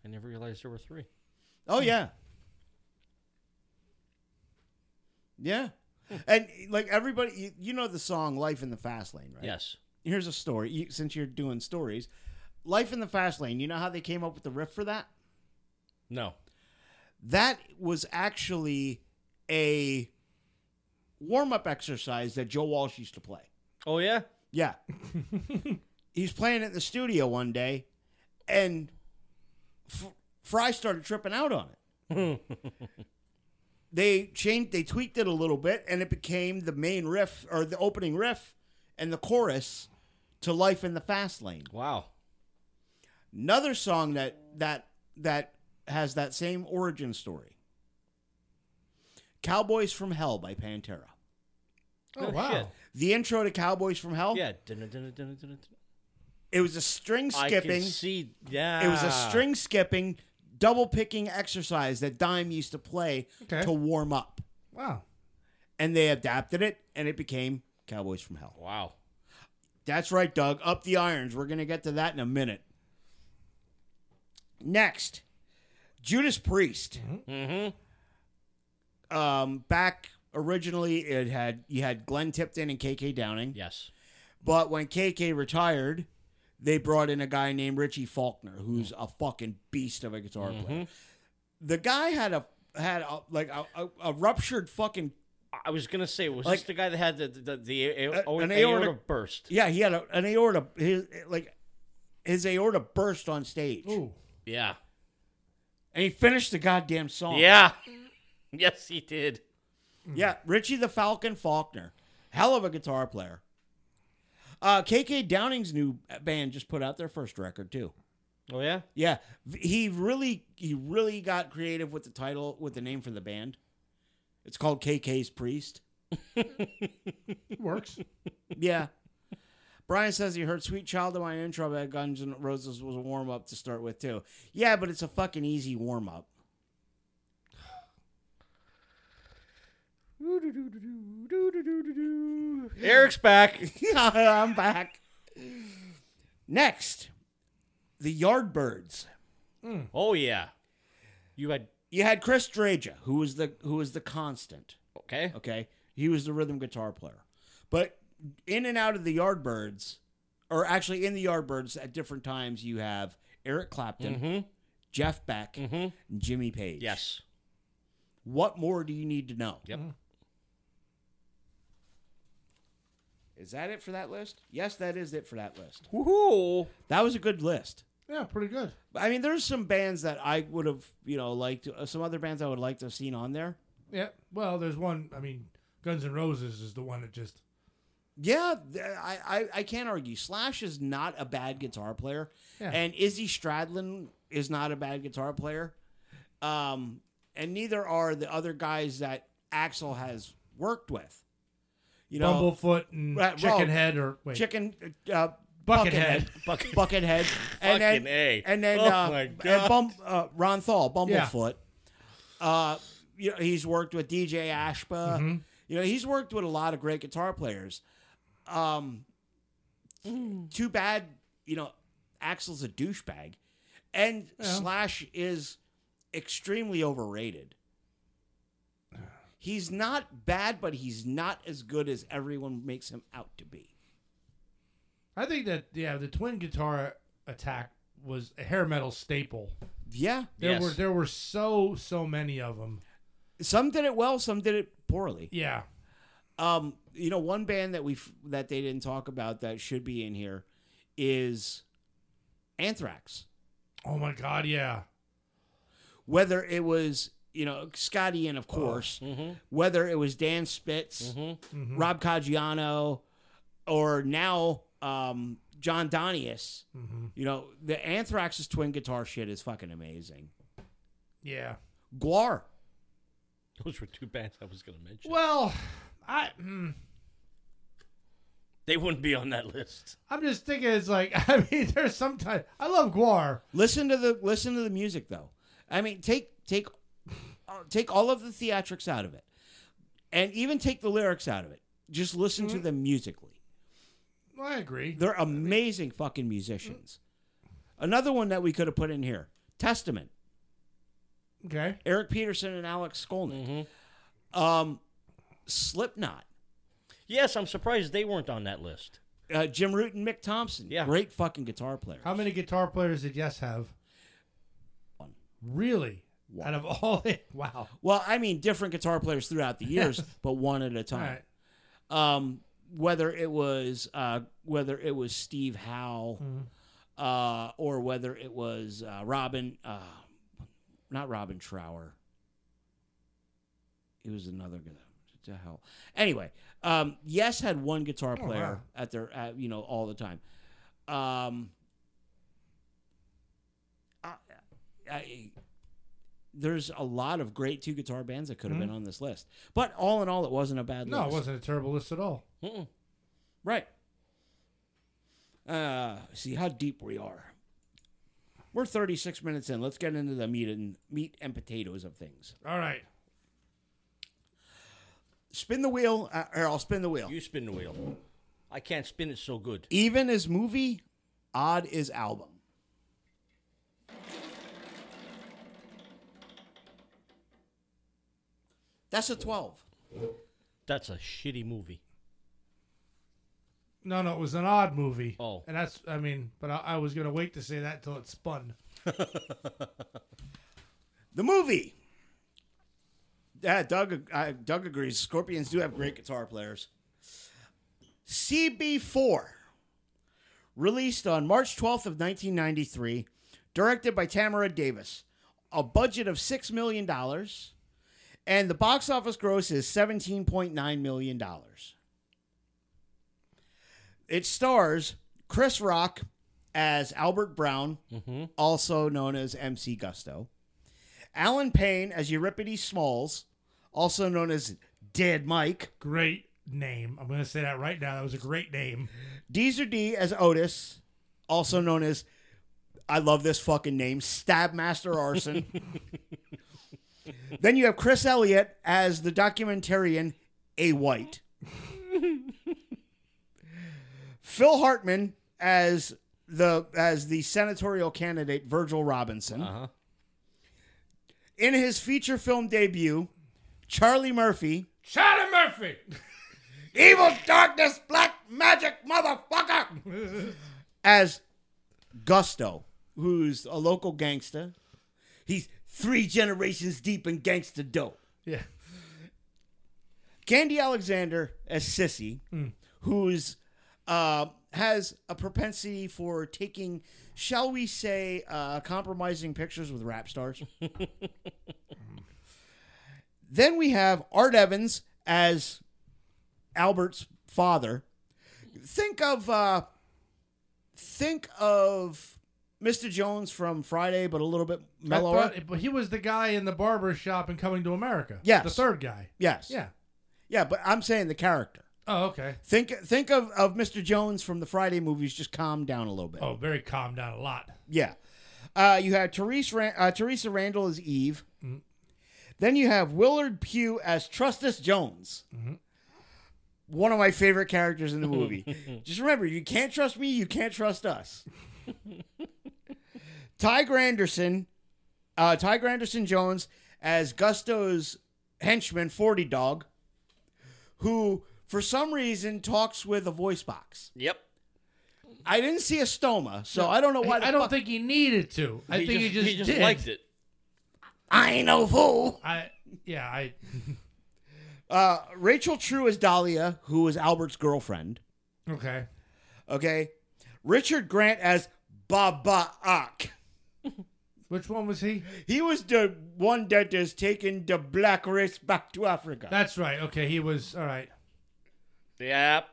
S2: I never realized there were three.
S4: Oh yeah. Yeah. And like everybody, you, you know the song "Life in the Fast Lane," right?
S2: Yes.
S4: here's a story you, since you're doing stories life in the fast lane you know how they came up with the riff for that
S2: No.
S4: that was actually a warm-up exercise that joe walsh used to play
S2: Oh yeah.
S4: yeah he's playing it in the studio one day and F- fry started tripping out on it they changed they tweaked it a little bit and it became the main riff or the opening riff and the chorus to life in the fast lane
S2: Wow.
S4: another song that that that has that same origin story cowboys from hell by pantera
S3: Oh,
S2: Oh,
S3: wow.
S2: shit.
S4: the intro to cowboys from hell
S2: Yeah. Dun- dun- dun- dun- dun- dun.
S4: it was a string
S2: I
S4: skipping
S2: can ah. see. Yeah.
S4: it was a string skipping double picking exercise that dime used to play
S3: Okay.
S4: to warm up
S3: Wow.
S4: and they adapted it and it became cowboys from hell
S2: Wow.
S4: That's right, Doug. Up the irons. We're going to get to that in a minute. Next, Judas Priest. Um, back originally, it had you had Glenn Tipton and KK Downing,
S2: Yes.
S4: but when KK retired, they brought in a guy named Richie Faulkner, who's a fucking beast of a guitar player. The guy had a had a, like a, a, a ruptured fucking
S2: I was gonna say, was
S4: Like-
S2: this the guy that had the the, the a-
S4: A-
S2: a-
S4: an
S2: aorta
S4: aortic-
S2: burst?
S4: yeah he had a, an aorta his like his aorta burst on stage.
S3: Ooh.
S2: Yeah.
S4: and he finished the goddamn song.
S2: Yeah. Yes, he did.
S4: yeah. Richie the Falcon Faulkner, hell of a guitar player. Uh, KK Downing's new band just put out their first record too.
S2: Oh yeah.
S4: Yeah, v- he really he really got creative with the title with the name for the band. It's called KK's Priest.
S3: It works.
S4: Yeah. Brian says he heard "Sweet Child of Mine" intro by Guns N' Roses was a warm up to start with too. Yeah, but it's a fucking easy warm up.
S2: Eric's back.
S4: I'm back. Next, the Yardbirds.
S2: Oh yeah. You had
S4: You had Chris Dreja, who was the who was the constant.
S2: okay.
S4: Okay, he was the rhythm guitar player, but in and out of the Yardbirds, or actually in the Yardbirds at different times, you have Eric Clapton, Jeff Beck, and Jimmy Page.
S2: Yes.
S4: What more do you need to know?
S2: Yep.
S4: Is that it for that list? Yes, that is it for that list.
S2: Woohoo!
S4: That was a good list.
S3: Yeah, pretty good.
S4: I mean, there's some bands that I would have, you know, liked. Uh, some other bands I would like to have seen on there.
S3: Yeah. Well, there's one. I mean, Guns N' Roses is the one that just.
S4: Yeah, th- I, I, I can't argue. Slash is not a bad guitar player,
S3: Yeah.
S4: and Izzy Stradlin is not a bad guitar player, um, and neither are the other guys that Axel has worked with. You know,
S3: Bumblefoot and
S4: Right, well,
S3: Chicken Head or wait,
S4: Chicken uh,
S3: Buckethead.
S4: Buckethead, Buckethead, and
S2: Fucking
S4: then
S2: A.
S4: and then
S2: Oh
S4: uh,
S2: my
S4: and
S2: God.
S4: Bum, uh, Ron Thal,
S3: Yeah.
S4: Bumblefoot. Uh, you know, he's worked with DJ Ashba.
S3: Mm-hmm.
S4: You know, he's worked with a lot of great guitar players. Um,
S3: Mm.
S4: too bad, you know, Axel's a douchebag, and
S3: Yeah.
S4: Slash is extremely overrated. He's not bad, but he's not as good as everyone makes him out to be.
S3: I think that yeah, the twin guitar attack was a hair metal staple.
S4: Yeah.
S3: There
S2: Yes.
S3: were there were so so many of them.
S4: Some did it well, some did it poorly.
S3: Yeah,
S4: Um, you know, one band that we that they didn't talk about that should be in here is Anthrax.
S3: Oh my God, yeah.
S4: Whether it was you know Scotty and of course, whether it was Dan Spitz, Rob Caggiano, or now um, John Donius, you know the Anthrax's twin guitar shit is fucking amazing.
S3: Yeah.
S4: Guar,
S2: Those were two bands I was going to mention.
S3: Well, I mm,
S2: They wouldn't be on that list.
S3: I'm just thinking it's like I mean there's sometimes I love Guar.
S4: listen to the listen to the music though. I mean, take take uh, take all of the theatrics out of it, and even take the lyrics out of it. Just listen
S3: Mm-hmm.
S4: to them musically.
S3: Well, I agree.
S4: They're amazing fucking musicians. Another one that we could have put in here Testament,
S3: Okay.
S4: Eric Peterson and Alex Skolnick.
S3: Mm-hmm.
S4: Um, Slipknot,
S2: Yes, I'm surprised they weren't on that list.
S4: uh, Jim Root and Mick Thompson.
S2: Yeah.
S4: Great fucking guitar player.
S3: How many guitar players did Yes have?
S4: One.
S3: Really? Out of all the wow.
S4: Well, I mean, different guitar players throughout the years, but one at a
S3: All
S4: time.
S3: right.
S4: um, whether it was uh, whether it was Steve Howe,
S3: Mm-hmm.
S4: uh, or whether it was uh, Robin, uh, not Robin Trower. It was another guy. To hell. Anyway, um, yes, had one guitar
S3: Oh,
S4: player
S3: wow.
S4: at their at, you know all the time. Um, I, I, there's a lot of great two guitar bands that could have been on this list, but all in all, it wasn't a bad
S3: Mm-hmm. No, it
S4: list.
S3: wasn't a terrible list at all.
S2: Mm-mm.
S4: Right. Uh, see how deep we are. We're 36 minutes in. Let's get into the meat and meat and potatoes of things.
S3: All right.
S4: Spin the wheel, uh, or I'll spin the wheel.
S2: You spin the wheel. I can't spin it so good.
S4: Even is movie, odd is album. That's a 12.
S2: That's a shitty movie.
S3: No, no, it was an odd movie.
S2: Oh.
S3: And that's I mean, but I, I was gonna wait to say that till it spun.
S4: The movie. Yeah, Doug. Uh, Doug agrees. Scorpions do have great guitar players. CB4, released on March 12th of 1993, directed by Tamara Davis, a budget of six million dollars, and the box office gross is 17.9 million dollars. It stars Chris Rock as Albert Brown, also known as MC Gusto. Alan Payne as Euripides Smalls, also known as Dead Mike.
S3: Great name. I'm gonna say that right now. That was a great name.
S4: Deezer D as Otis, also known as, I love this fucking name, Stabmaster Arson. then you have Chris Elliott as the documentarian A. White. Phil Hartman as the as the senatorial candidate Virgil Robinson.
S2: Uh-huh.
S4: In his feature film debut, Charlie Murphy
S3: Charlie Murphy!
S4: evil darkness, black magic, motherfucker, as Gusto, who's a local gangster. He's three generations deep in gangster dope.
S3: yeah.
S4: Candy Alexander as Sissy,
S3: Hmm.
S4: who's uh, has a propensity for taking, shall we say, uh, compromising pictures with rap stars. then we have Art Evans as Albert's father. Think of uh, think of Mr. Jones from Friday, but a little bit
S3: I
S4: mellower.
S3: thought, but he was the guy in the barber shop and coming to America.
S4: Yes.
S3: The third guy.
S4: yes,
S3: Yeah.
S4: yeah, but I'm saying the character.
S3: Oh, okay.
S4: Think think of, of Mr. Jones from the Friday movies. Just calm down a little bit.
S3: Oh, very calm down a lot.
S4: Yeah. Uh, you have Teresa, Ran- uh, Teresa Randall as Eve.
S3: Mm-hmm.
S4: Then you have Willard Pugh as Trustus Jones.
S3: Mm-hmm.
S4: One of my favorite characters in the movie. just remember, you can't trust me, you can't trust us. Ty Granderson, uh, Ty Granderson Jones as Gusto's henchman, 40 Dog, who for some reason talks with a voice box.
S2: Yep.
S4: I didn't see a stoma, so I don't know why. the
S3: I don't
S4: fuck-
S3: think he needed to. I think he just,
S2: he just
S3: did.
S2: liked it.
S4: I ain't no fool.
S3: I yeah I
S4: Uh, Rachel True is Dahlia, who is Albert's girlfriend.
S3: okay.
S4: Okay. Richard Grant as Baba Ak.
S3: Which one was he?
S4: He was the one that is taking the black race back to Africa.
S3: That's right. Okay, he was all right.
S2: Yep.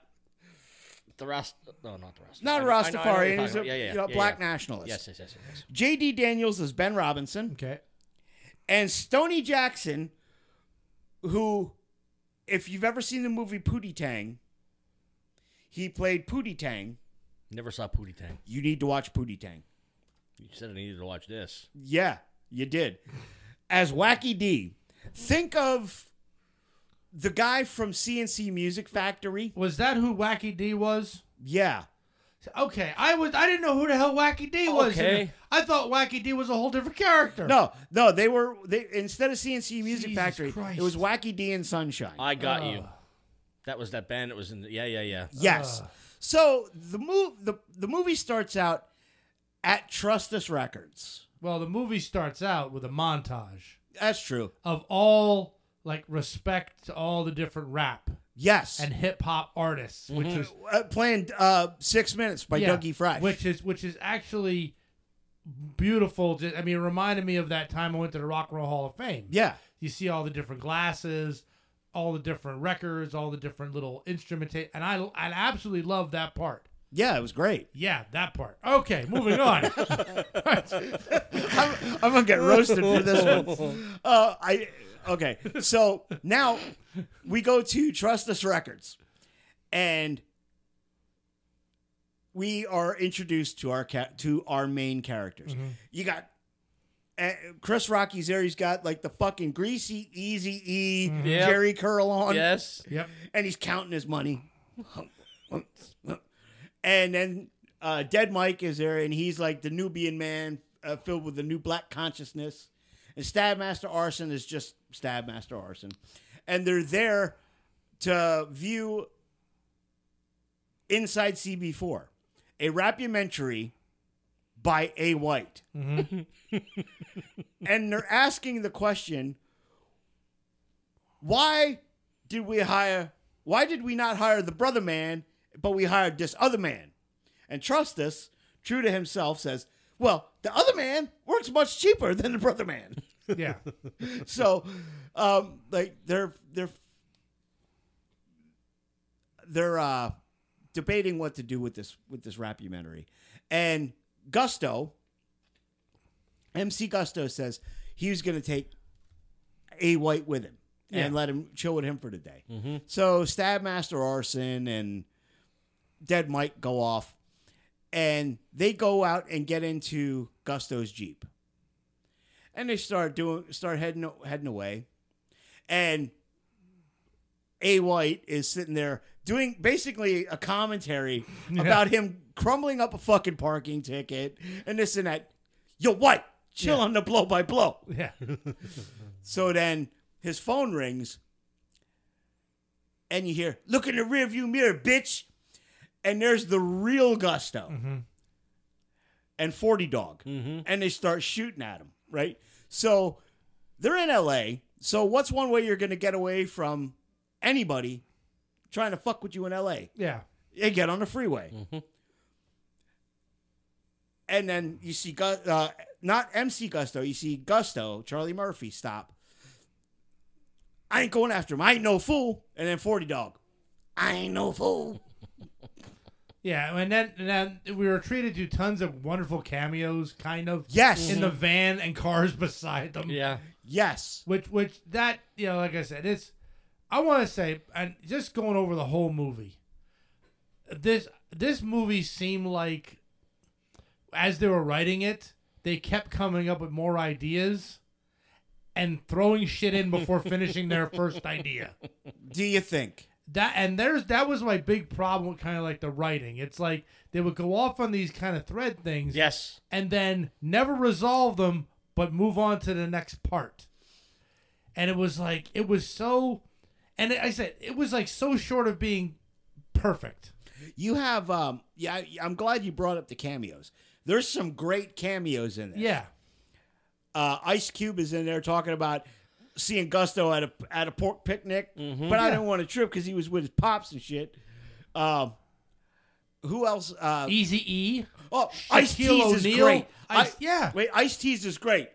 S2: The Rast. No, not the Rast.
S4: Not a
S2: I know- I know what you're
S4: Rastafarian.
S2: talking
S4: He's a
S2: about. Yeah, yeah,
S4: you know,
S2: yeah,
S4: black
S2: yeah.
S4: nationalist.
S2: Yes, yes, yes, yes.
S4: J.D. Daniels is Ben Robinson.
S3: Okay.
S4: And Stoney Jackson, who, if you've ever seen the movie Pootie Tang, he played Pootie Tang.
S2: Never saw Pootie Tang.
S4: You need to watch Pootie Tang.
S2: You said I needed to watch this.
S4: Yeah, you did. As Wacky D. Think of the guy from CNC Music Factory.
S3: Was that who Wacky D was?
S4: Yeah.
S3: Okay, I was. I didn't know who the hell Wacky D was.
S2: Okay.
S3: I thought Wacky D was a whole different character.
S4: No, no, they were they instead of CNC Music
S3: Jesus
S4: Factory, it
S3: Christ.
S4: was Wacky D and Sunshine.
S2: I got you.
S4: Ah.
S2: That was that band. It was in. The, yeah, yeah, yeah.
S3: uh.
S4: yes. So the move the the movie starts out at Trust Us Records.
S3: Well, the movie starts out with a montage
S4: That's true.
S3: of all like respect to all the different rap
S4: Yes.
S3: and hip hop artists, which is
S4: uh, playing uh, Six Minutes by
S3: Yeah,
S4: Dougie Fresh.
S3: which is which is actually beautiful. Ju- I mean, it reminded me of that time I went to the Rock and Roll Hall of Fame.
S4: yeah.
S3: you see all the different glasses, all the different records, all the different little instrumentation, and I I absolutely love that part.
S4: Yeah, it was great.
S3: Yeah, that part. Okay, moving on.
S4: I'm, I'm gonna get roasted for this one. Uh, I okay. So now we go to Trust Us Records, and we are introduced to our cat to our main characters. You got. Uh, Chris Rocky's there. He's got like the fucking greasy, easy E,
S2: Yep.
S4: Jerry Curl on
S2: Yes.
S3: yep.
S4: and he's counting his money. And then uh, Dead Mike is there, and he's like the Nubian man uh, filled with the new black consciousness. And Stabmaster Arson is just Stabmaster Arson. And they're there to view Inside CB4, a rapumentary by A. White. and they're asking the question why did we hire why did we not hire the brother man but we hired this other man and trust us true to himself says well the other man works much cheaper than the brother man
S3: Yeah.
S4: so um like they're they're they're uh debating what to do with this with this rapumentary and gusto mc gusto says he was going to take a white with him and let him chill with him for the day so stabmaster arson and dead mike go off and they go out and get into gusto's jeep and they start doing start heading heading away and a white is sitting there doing basically a commentary about him crumbling up a fucking parking ticket and this and that yo white chill on the blow by blow
S3: Yeah.
S4: so then his phone rings and you hear, look in the rearview mirror, bitch. And there's the real Gusto and 40 Dog. And they start shooting at him, right? So they're in LA. So what's one way you're going to get away from anybody trying to fuck with you in LA?
S3: Yeah.
S4: and get on the freeway. And then you see, Gu- uh, not MC Gusto, you see Gusto, Charlie Murphy, stop. I ain't going after him. I ain't no fool. And then 40 Dog. I ain't no fool.
S3: Yeah. And then and then we were treated to tons of wonderful cameos, kind of.
S4: Yes.
S3: In the van and cars beside them.
S2: Yeah.
S4: Yes.
S3: Which which that you know, like I said, it's I want to say, and just going over the whole movie. This this movie seemed like, as they were writing it, they kept coming up with more ideas, and throwing shit in before finishing their first idea.
S4: Do you think?
S3: that and there's that was my big problem with kind of like the writing. It's like they would go off on these kind of thread things
S2: Yes.
S3: and then never resolve them but move on to the next part. and it was like it was so, and I said it was like so short of being perfect.
S4: You have um yeah, I- I'm glad you brought up the cameos. There's some great cameos in this.
S3: Yeah,
S4: Uh, Ice Cube is in there talking about seeing Gusto at a at a pork picnic,
S3: Mm-hmm.
S4: but I didn't want to trip because he was with his pops and shit. Um, who else? Uh,
S3: Easy E.
S4: oh, Ice
S3: Shaquille
S4: T's is
S3: O'Neal.
S4: great.
S3: Ice-
S4: I-
S3: yeah.
S4: wait, Ice T's is great.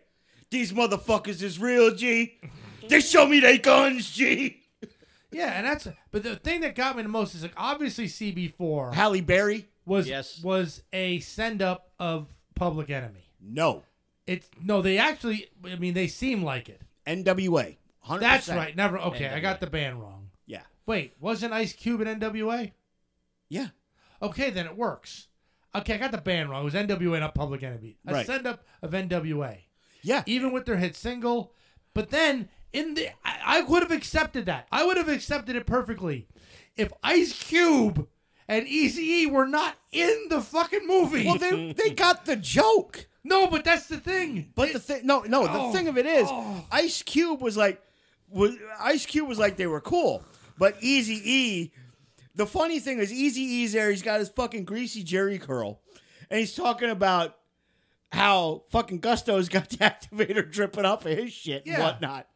S4: These motherfuckers is real, G. They show me they guns, G.
S3: Yeah, and that's but the thing that got me the most is like obviously CB4
S4: Halle Berry,
S3: was
S2: Yes.
S3: was a send up of Public Enemy.
S4: no.
S3: It's no, they actually. I mean, they seem like it.
S4: NWA, 100%.
S3: That's right. Never. Okay, I got the band wrong.
S4: Yeah,
S3: Wait, wasn't Ice Cube in NWA?
S4: yeah.
S3: Okay, then it works. Okay, I got the band wrong. It was NWA, not Public Enemy. A
S4: Right.
S3: send up of NWA,
S4: Yeah.
S3: even with their hit single. But then in the, I, I would have accepted that. I would have accepted it perfectly if Ice Cube and Eazy-E were not in the fucking movie.
S4: Well, they they got the joke.
S3: no, but that's the thing.
S4: But the thing, no, no, the
S3: Oh,
S4: thing of it is,
S3: oh.
S4: Ice Cube was like, was Ice Cube was like they were cool, but Easy E. The funny thing is, Easy E's there. He's got his fucking greasy Jerry curl, and he's talking about how fucking Gusto's got the activator dripping off of his shit and
S3: Yeah.
S4: whatnot.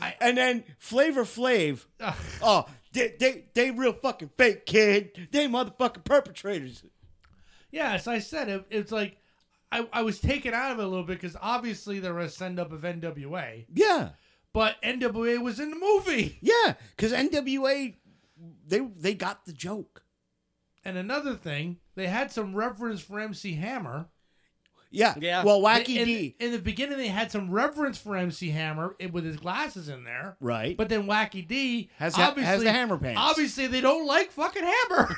S3: I-
S4: and then Flavor Flav,
S3: Ugh.
S4: oh, they, they they real fucking fake kid. They motherfucking perpetrators.
S3: Yeah, as I said, it, it's like I, I was taken out of it a little bit because obviously there was a send up of NWA,
S4: Yeah.
S3: but NWA was in the movie.
S4: Yeah, because NWA, they they got the joke.
S3: And another thing, they had some reverence for MC Hammer.
S4: Yeah.
S2: Yeah.
S4: Well, Wacky
S3: in,
S4: D.
S3: in the beginning, they had some reverence for MC Hammer i- with his glasses in there.
S4: Right.
S3: But then Wacky D
S4: Has ha- has
S3: obviously
S4: the hammer pants.
S3: Obviously, they don't like fucking Hammer.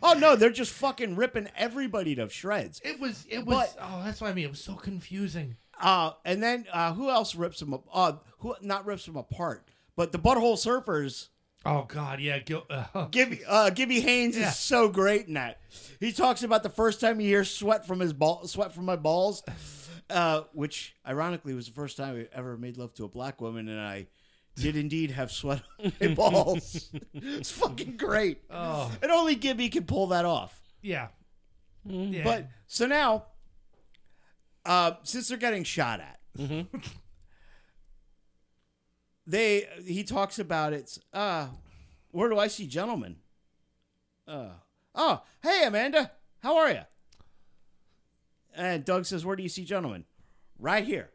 S4: oh no, they're just fucking ripping everybody to shreds.
S3: it was it was
S4: But-
S3: oh that's what I mean. It was so confusing.
S4: Uh, and then uh, who else rips them? Up? Uh, who not rips them apart? But the butthole surfers.
S3: Oh God, yeah. Gil- uh,
S4: Gibby uh, Gibby Haynes
S3: Yeah.
S4: is so great in that. He talks about the first time you hear sweat from his ball, sweat from my balls, uh, which ironically was the first time I ever made love to a black woman, and I did indeed have sweat on my balls. it's fucking great,
S3: oh
S4: and only Gibby can pull that off.
S3: yeah.
S2: Mm-hmm.
S3: yeah.
S4: But so now, uh, since they're getting shot at, they he talks about it's uh, where do I see gentlemen? Uh, oh, hey Amanda, how are you? And Doug says, "Where do you see gentlemen? Right here."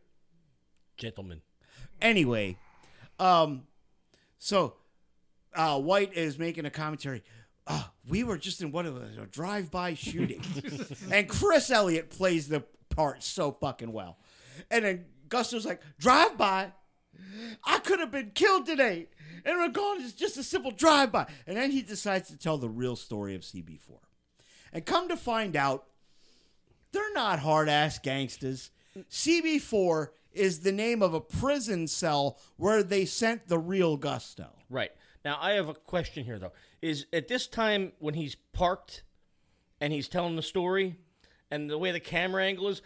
S2: Gentlemen.
S4: Anyway, um, so uh, White is making a commentary. Uh, we were just in one of a, a drive-by shooting, and Chris Elliott plays the part so fucking well. And then Gusto's like, "Drive-by, I could have been killed today, and we're gone. It's just a simple drive-by." And then he decides to tell the real story of CB4, and come to find out, they're not hard ass gangsters. CB4 is the name of a prison cell where they sent the real Gusto.
S2: Right. Now I have a question here though. Is at this time when he's parked and he's telling the story and the way the camera angle is,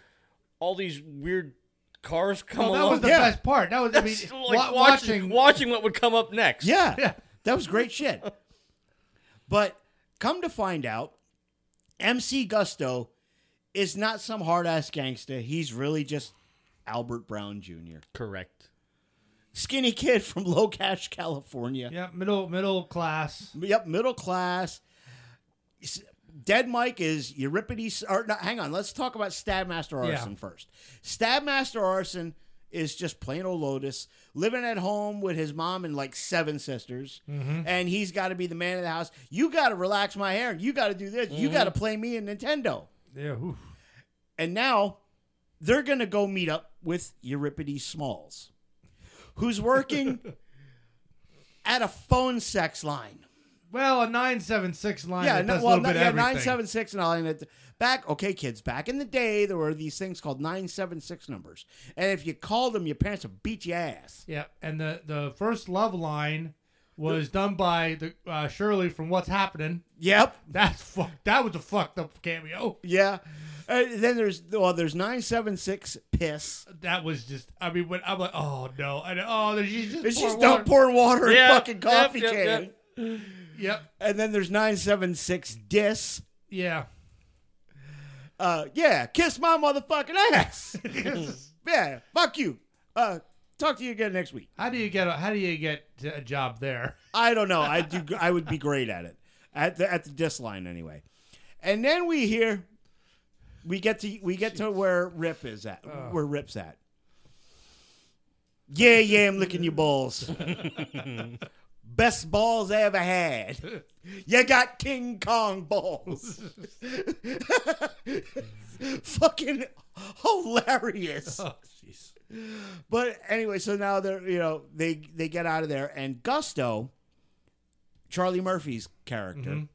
S2: all these weird cars come
S3: Well, Oh, that
S2: along.
S3: was the
S4: yeah.
S3: best part. That was I mean,
S2: It's like
S3: wa-
S2: watching
S3: watching.
S2: watching what would come up next.
S4: Yeah.
S3: Yeah.
S4: That was great shit. But come to find out, MC Gusto is not some hard ass gangster. He's really just Albert Brown Jr.,
S2: Correct.
S4: skinny kid from Low Cash, California.
S3: yeah, middle middle class.
S4: Yep, middle class. S- Dead Mike is Euripides. Or no, hang on, let's talk about Stabmaster
S3: Yeah.
S4: Arson first. Stabmaster Arson is just plain old Lotus, living at home with his mom and like seven sisters, and he's got to be the man of the house. You got to relax my hair. You got to do this. You got to play me in Nintendo.
S3: Yeah. oof.
S4: And now they're going to go meet up with Euripides Smalls, who's working at a phone sex line.
S3: Well, a nine seven six line.
S4: Yeah,
S3: that
S4: no,
S3: does
S4: well,
S3: a little
S4: no,
S3: bit
S4: yeah,
S3: of everything.
S4: nine seven six and all that. Back, okay, kids. Back in the day, there were these things called nine seven six numbers, and if you called them, your parents would beat your ass.
S3: Yeah, and the the first love line was done by the uh, Shirley from What's Happening.
S4: Yep.
S3: That's fuck. That was a fucked up cameo.
S4: Yeah. Uh, then there's well, there's nine seven six piss.
S3: That was just. I mean, when I'm like, oh no, and oh, there's she's just.
S4: It's
S3: pouring
S4: just don't
S3: water.
S4: pouring water in
S2: Yep,
S4: fucking coffee
S2: yep, yep,
S4: can.
S2: yep.
S3: Yep.
S4: And then there's nine seven six dis.
S3: Yeah.
S4: Uh, yeah, kiss my motherfucking ass. yeah, fuck you. Uh, talk to you again next week.
S3: How do you get a How do you get a job there?
S4: I don't know. I do. I would be great at it at the at the dis line anyway. And then we hear, we get to we get to where Rip is at. Where Rip's at. Yeah, yeah, I'm licking your balls. Best balls I ever had. You got King Kong balls. Fucking hilarious.
S3: Oh, jeez.
S4: But anyway, so now they're you know they they get out of there, and Gusto, Charlie Murphy's character,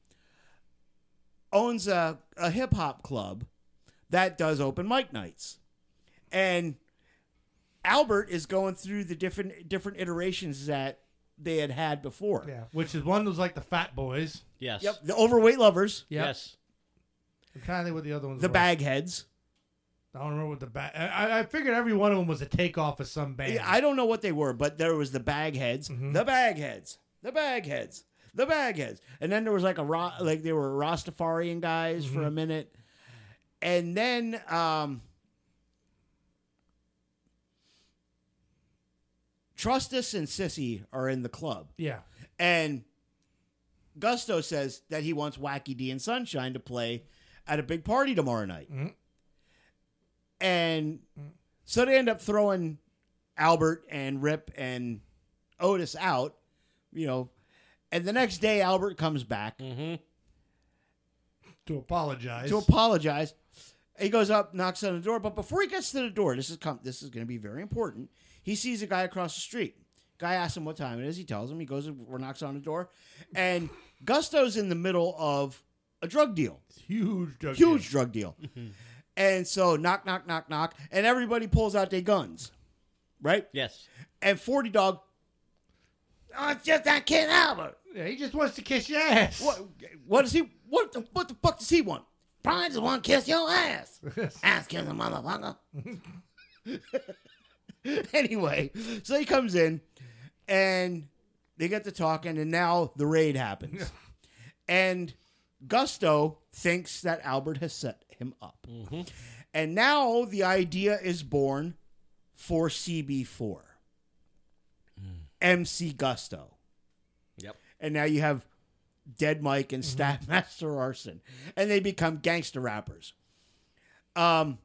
S4: owns a, a hip hop club that does open mic nights, and Albert is going through the different different iterations that they had had before.
S3: Yeah. Which is one was like the Fat Boys.
S2: Yes.
S4: Yep, the overweight lovers,
S3: Yep.
S2: Yes.
S3: I'm trying to think what the other ones.
S4: the
S3: were.
S4: bagheads.
S3: I don't remember what the bag. I, I figured every one of them was a takeoff of some band.
S4: I don't know what they were, but there was the bagheads, the bagheads, the bagheads, the bagheads, and then there was like a Ro- like they were Rastafarian guys for a minute, and then um, Trustus and Sissy are in the club,
S3: yeah.
S4: and Gusto says that he wants Wacky D and Sunshine to play at a big party tomorrow night. And so they end up throwing Albert and Rip and Otis out, you know. And the next day, Albert comes back
S3: To apologize.
S4: to apologize. He goes up, knocks on the door, but before he gets to the door, this is come, this is going to be very important. He sees a guy across the street. Guy asks him what time it is. He tells him. He goes and knocks on the door, and Gusto's in the middle of a drug deal,
S3: huge. drug
S4: huge
S3: deal.
S4: drug deal. and so knock, knock, knock, knock, and everybody pulls out their guns, right?
S2: Yes.
S4: And Forty Dog, oh, it's just that kid Albert.
S3: Yeah, he just wants to kiss your ass.
S4: What? What does he? What the? What the fuck does he want? Probably just want to kiss your ass. ass kissing motherfucker. anyway, so he comes in, and they get to talking, and now the raid happens, and Gusto thinks that Albert has set him up, and now the idea is born for CB4, MC Gusto,
S2: Yep.
S4: and now you have Dead Mike and Stab Master Arson, and they become gangster rappers. Um,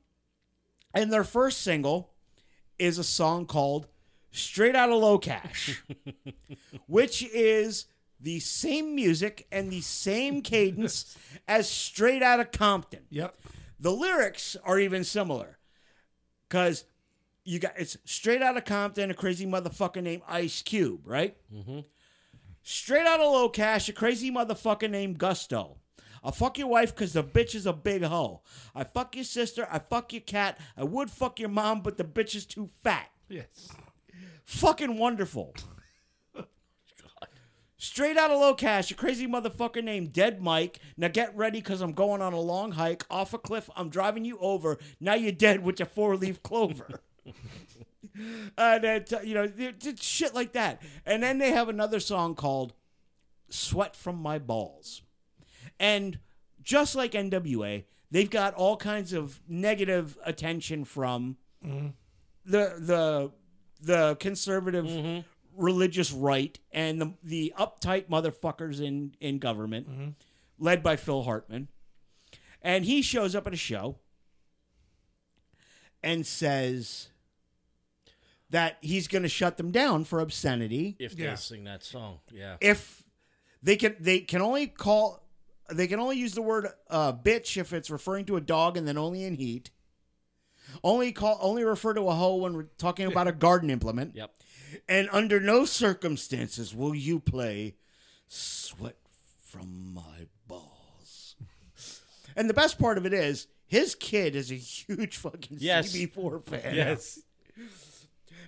S4: and their first single is a song called "Straight Outta Low Cash," which is the same music and the same cadence as "Straight Outta Compton."
S3: Yep.
S4: The lyrics are even similar because you got it's straight out of Compton, a crazy motherfucker named Ice Cube, right? Mm-hmm. Straight out of Low Cash, a crazy motherfucker named Gusto. I fuck your wife because the bitch is a big hoe. I fuck your sister. I fuck your cat. I would fuck your mom, but the bitch is too fat.
S3: Yes.
S4: Fucking wonderful. Straight out of low cash, a crazy motherfucker named Dead Mike. Now get ready because I'm going on a long hike off a cliff. I'm driving you over. Now you're dead with your four leaf clover. and then, t- you know, th- th- shit like that. And then they have another song called Sweat from My Balls. And just like NWA, they've got all kinds of negative attention from the the the conservative religious right and the the uptight motherfuckers in in government led by Phil Hartman and he shows up at a show and says that he's going to shut them down for obscenity
S2: If they
S3: Yeah.
S2: sing that song. Yeah.
S4: if they can they can only call they can only use the word uh, bitch if it's referring to a dog and then only in heat only call only refer to a hoe when we're talking about a garden implement
S2: Yep.
S4: and under no circumstances will you play sweat from my balls and the best part of it is his kid is a huge fucking
S2: Yes.
S4: cb4 fan
S2: Yes.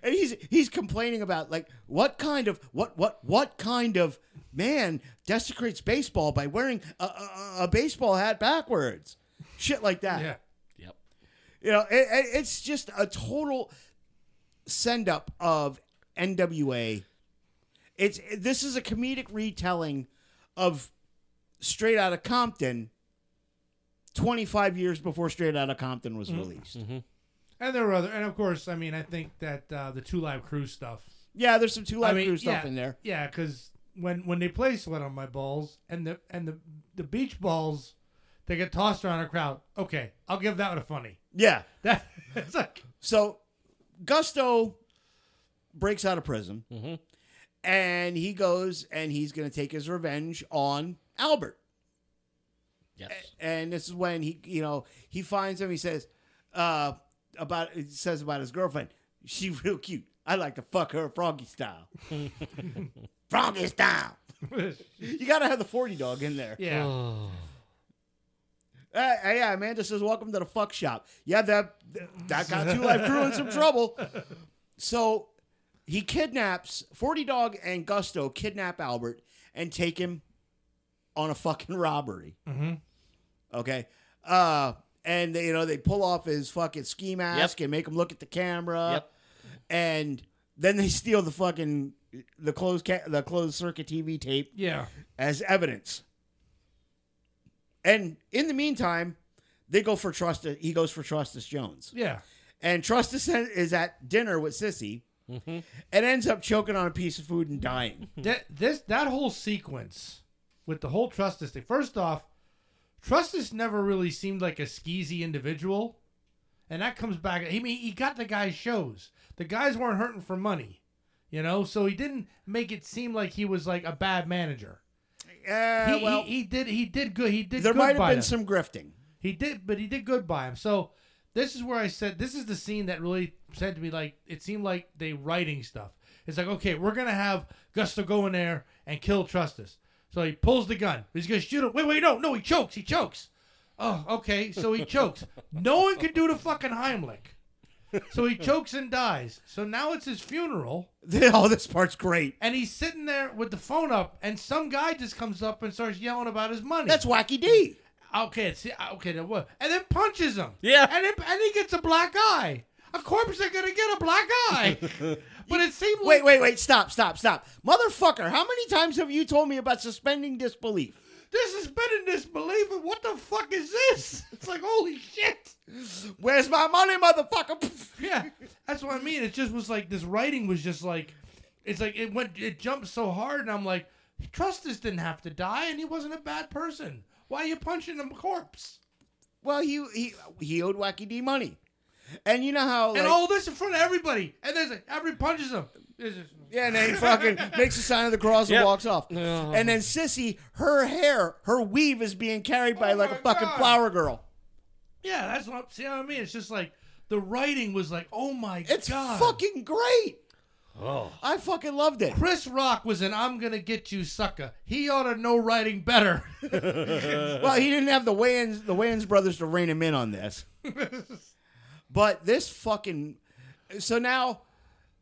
S4: and he's he's complaining about like what kind of what what what kind of man desecrates baseball by wearing a, a, a baseball hat backwards, shit like that.
S3: Yeah.
S2: Yep.
S4: You know, it, it- it's just a total send up of NWA. It's this is a comedic retelling of Straight Outta Compton 25 years before Straight Outta Compton
S3: Mm-hmm.
S4: was released.
S3: And there were other, and of course, I mean, I think that uh, the two live crew stuff.
S4: Yeah, there's some two
S3: I
S4: live
S3: mean,
S4: crew stuff
S3: yeah,
S4: in there.
S3: Yeah, because when when they play "Sweat on My Balls" and the and the the beach balls, they get tossed around a crowd. Okay, I'll give that one a funny.
S4: Yeah.
S3: That it's like
S4: So Gusto breaks out of prison and he goes and he's going to take his revenge on Albert.
S2: Yes.
S3: E,
S4: and this is when he you know he finds him he says uh about he says about his girlfriend she real cute i like to fuck her froggy style froggy style you gotta have the 40 dog in there
S3: yeah.
S4: Uh, yeah amanda says welcome to the fuck shop yeah that that got two life crew in some trouble so he kidnaps 40 dog and gusto kidnap albert and take him on a fucking robbery Okay. Uh, and they, you know they pull off his fucking ski mask and make him look at the camera.
S2: Yep.
S4: And then they steal the fucking the closed ca- the closed circuit TV tape
S3: Yeah.
S4: as evidence. And in the meantime, they go for trust. He goes for Trustus Jones,
S3: Yeah.
S4: and Trustus is at dinner with Sissy,
S3: Mm-hmm.
S4: and ends up choking on a piece of food and dying.
S3: That this that whole sequence with the whole Trustus thing. First off, Trustus never really seemed like a skeezy individual, and that comes back. I mean, he got the guys' shows. The guys weren't hurting for money, you know, so he didn't make it seem like he was like a bad manager.
S4: Yeah,
S3: he,
S4: well,
S3: he, he did he did good. He did
S4: there
S3: good
S4: might have
S3: by
S4: been
S3: them.
S4: some grifting.
S3: He did, but he did good by him. So this is where I said this is the scene that really said to me like it seemed like they writing stuff. It's like okay, we're gonna have Gusto go in there and kill Trustus. So he pulls the gun. He's gonna shoot him. Wait, wait, no, no, he chokes. He chokes. Oh, okay. So he chokes. No one can do the fucking Heimlich. So he chokes and dies. So now it's his funeral
S4: oh, this part's great.
S3: and he's sitting there with the phone up, and some guy just comes up and starts yelling about his money.
S4: That's Wacky D.
S3: okay. See, okay, then what? And then punches him.
S2: Yeah.
S3: and then, and he gets a black eye. Of course, they're gonna get a black eye. but it seemed
S4: Wait,
S3: like
S4: wait, wait! Stop, stop, stop, motherfucker! How many times have you told me about suspending disbelief?
S3: this has been in disbelief. and What the fuck is this? It's like holy shit.
S4: Where's my money, motherfucker?
S3: Yeah, that's what I mean. It just was like this writing was just like, it's like it went, it jumped so hard, and I'm like, Trustus didn't have to die, and he wasn't a bad person. Why are you punching a corpse?
S4: Well, he he he owed Wacky D money, and you know how like,
S3: and all this in front of everybody. And there's like, every punches him. There's just-
S4: yeah, and then he fucking makes the sign of the cross and
S2: Yep.
S4: walks off. And then Sissy, her hair, her weave is being carried by
S3: Oh
S4: like a
S3: my
S4: fucking
S3: God.
S4: flower girl.
S3: yeah, that's what I'm see what I mean. It's just like the writing was like, oh my
S4: It's
S3: god.
S4: fucking great. I fucking loved it.
S3: Chris Rock was an I'm gonna get you sucker. He ought to know writing better.
S4: well, he didn't have the Wayans the Wayans brothers to rein him in on this. but this fucking so now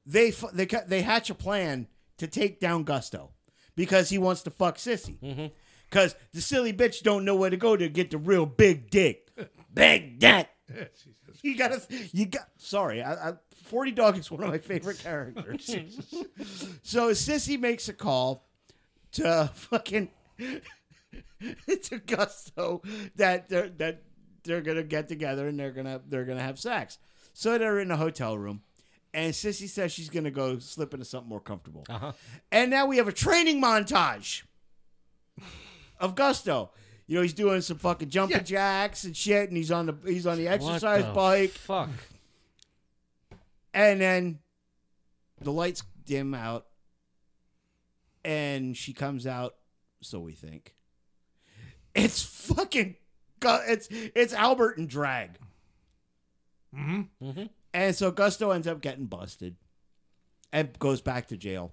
S4: they fu- they ca- they hatch a plan to take down Gusto because he wants to fuck Sissy. Cuz the silly bitch don't know where to go to get the real big dick. Big dick. You got to you got sorry, I, I 40 Dog is one of my favorite characters. so Sissy makes a call to fucking to Gusto that they're, that they're gonna get together and they're gonna they're gonna have sex. So they're in a hotel room, and Sissy says she's gonna go slip into something more comfortable.
S2: Uh-huh.
S4: And now we have a training montage of Gusto. You know he's doing some fucking jumping
S3: Yeah.
S4: jacks and shit, and he's on the he's on the
S2: What
S4: exercise
S2: the
S4: bike,
S2: Fuck.
S4: and then the lights dim out, and she comes out. So we think. It's fucking. Gu- It's it's Albert and drag,
S3: hmm
S4: and so Gusto ends up getting busted, and goes back to jail,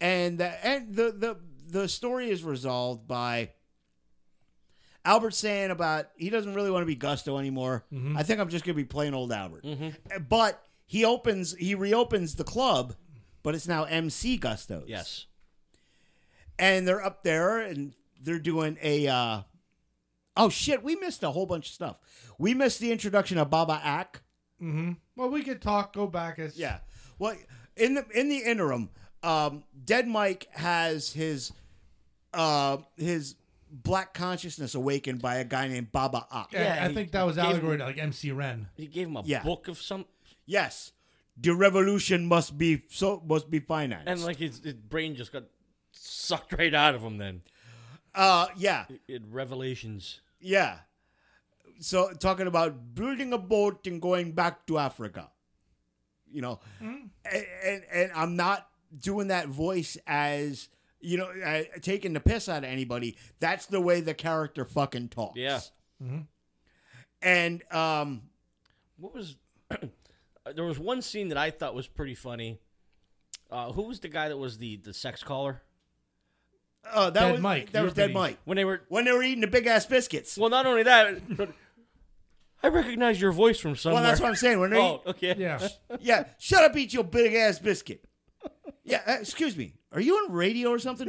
S4: and the and the the the story is resolved by. Albert saying about he doesn't really want to be Gusto anymore. I think I'm just gonna be plain old Albert. But He opens, he reopens the club, but it's now MC Gusto's.
S2: Yes.
S4: and they're up there and they're doing a uh oh shit we missed a whole bunch of stuff we missed the introduction of baba ack
S3: Well, we could talk. Go back. It's,
S4: yeah well in the in the interim um dead mike has his uh his black consciousness awakened by a guy named baba ack
S3: Yeah,
S2: Yeah,
S3: I
S2: he-
S3: think that was
S2: he gave
S3: allegory to like MC Ren.
S2: He gave him a
S4: Yeah.
S2: book of some,
S4: yes the revolution must be so must be financed
S2: and like his, his brain just got sucked right out of him. Then
S4: uh yeah
S2: it, revelations.
S4: yeah so talking about building a boat and going back to africa you know
S3: Mm-hmm.
S4: and, and and i'm not doing that voice as you know uh, taking the piss out of anybody that's the way the character fucking talks
S2: Yeah.
S3: Mm-hmm.
S4: and um
S2: What was? uh, there was one scene that I thought was pretty funny. Uh, who was the guy that was the the sex caller
S4: uh, that
S3: Dead
S4: was
S3: Mike,
S4: that
S3: you
S4: was
S3: were
S4: dead
S3: being-
S4: mike
S2: when they were?
S4: when they were eating the big ass biscuits well,
S2: Well, not only that, but I recognize your voice from somewhere.
S4: that's what i'm saying when they
S2: Oh, okay.
S3: Yeah.
S4: yeah shut up eat your big ass biscuit yeah uh, excuse me are you on radio or something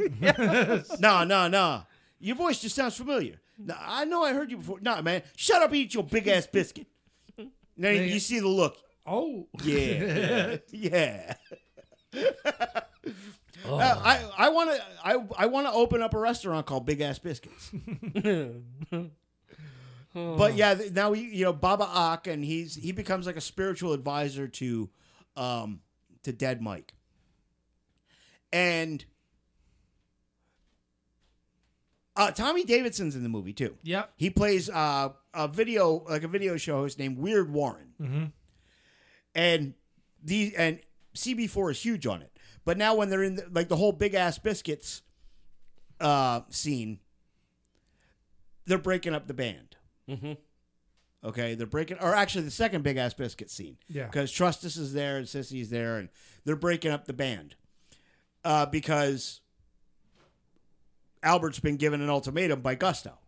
S4: No, no, no. Your voice just sounds familiar. No, I know I heard you before. No, man. Shut up and eat your big ass biscuit. Now you, you see the look.
S3: oh.
S4: Yeah. yeah. Uh, I I want to I I want to open up a restaurant called Big Ass Biscuits. but yeah, th- now he, you know Baba Ak, and he's he becomes like a spiritual advisor to, um, to Dead Mike. And uh, Tommy Davidson's in the movie too.
S3: Yep.
S4: He plays uh, a video like a video show host named Weird Warren, and the and CB4 is huge on it. But now when they're in the, like the whole big ass biscuits uh, scene, they're breaking up the band. Mm-hmm. Okay, they're breaking, or actually the second big ass biscuit scene.
S3: Yeah.
S4: because Trustus is there and Sissy's there, and they're breaking up the band uh, because Albert's been given an ultimatum by Gusto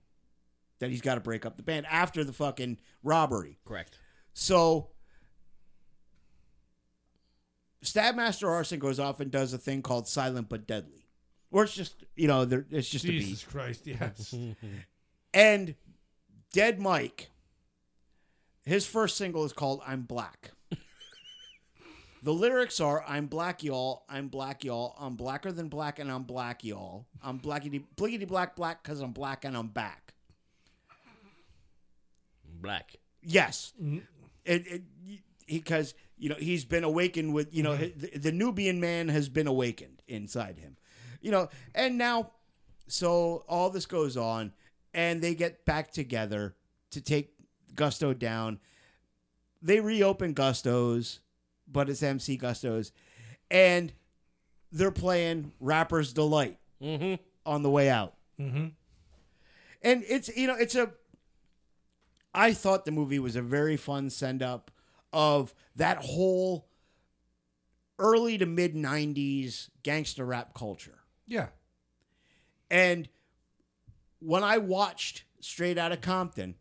S4: that he's got to break up the band after the fucking robbery.
S2: Correct.
S4: So Stabmaster Arson goes off and does a thing called Silent but Deadly, where it's just you know there it's just a beat.
S3: Jesus Christ. Yes.
S4: And Dead Mike, his first single is called I'm Black. the lyrics are I'm black, y'all. I'm black, y'all. I'm blacker than black, and I'm black, y'all. I'm blackity, blickety black, black, because I'm black and I'm back.
S2: Black.
S4: Yes. It, it, because, you know, he's been awakened with, you know, the, the Nubian man has been awakened inside him. You know, and now, so all this goes on, and they get back together to take Gusto down. They reopen Gusto's, but it's MC Gusto's, and they're playing Rapper's Delight on the way out. And it's, you know, it's a, I thought the movie was a very fun send up of that whole early to mid 90s gangster rap culture.
S3: Yeah.
S4: And when I watched Straight Outta Compton,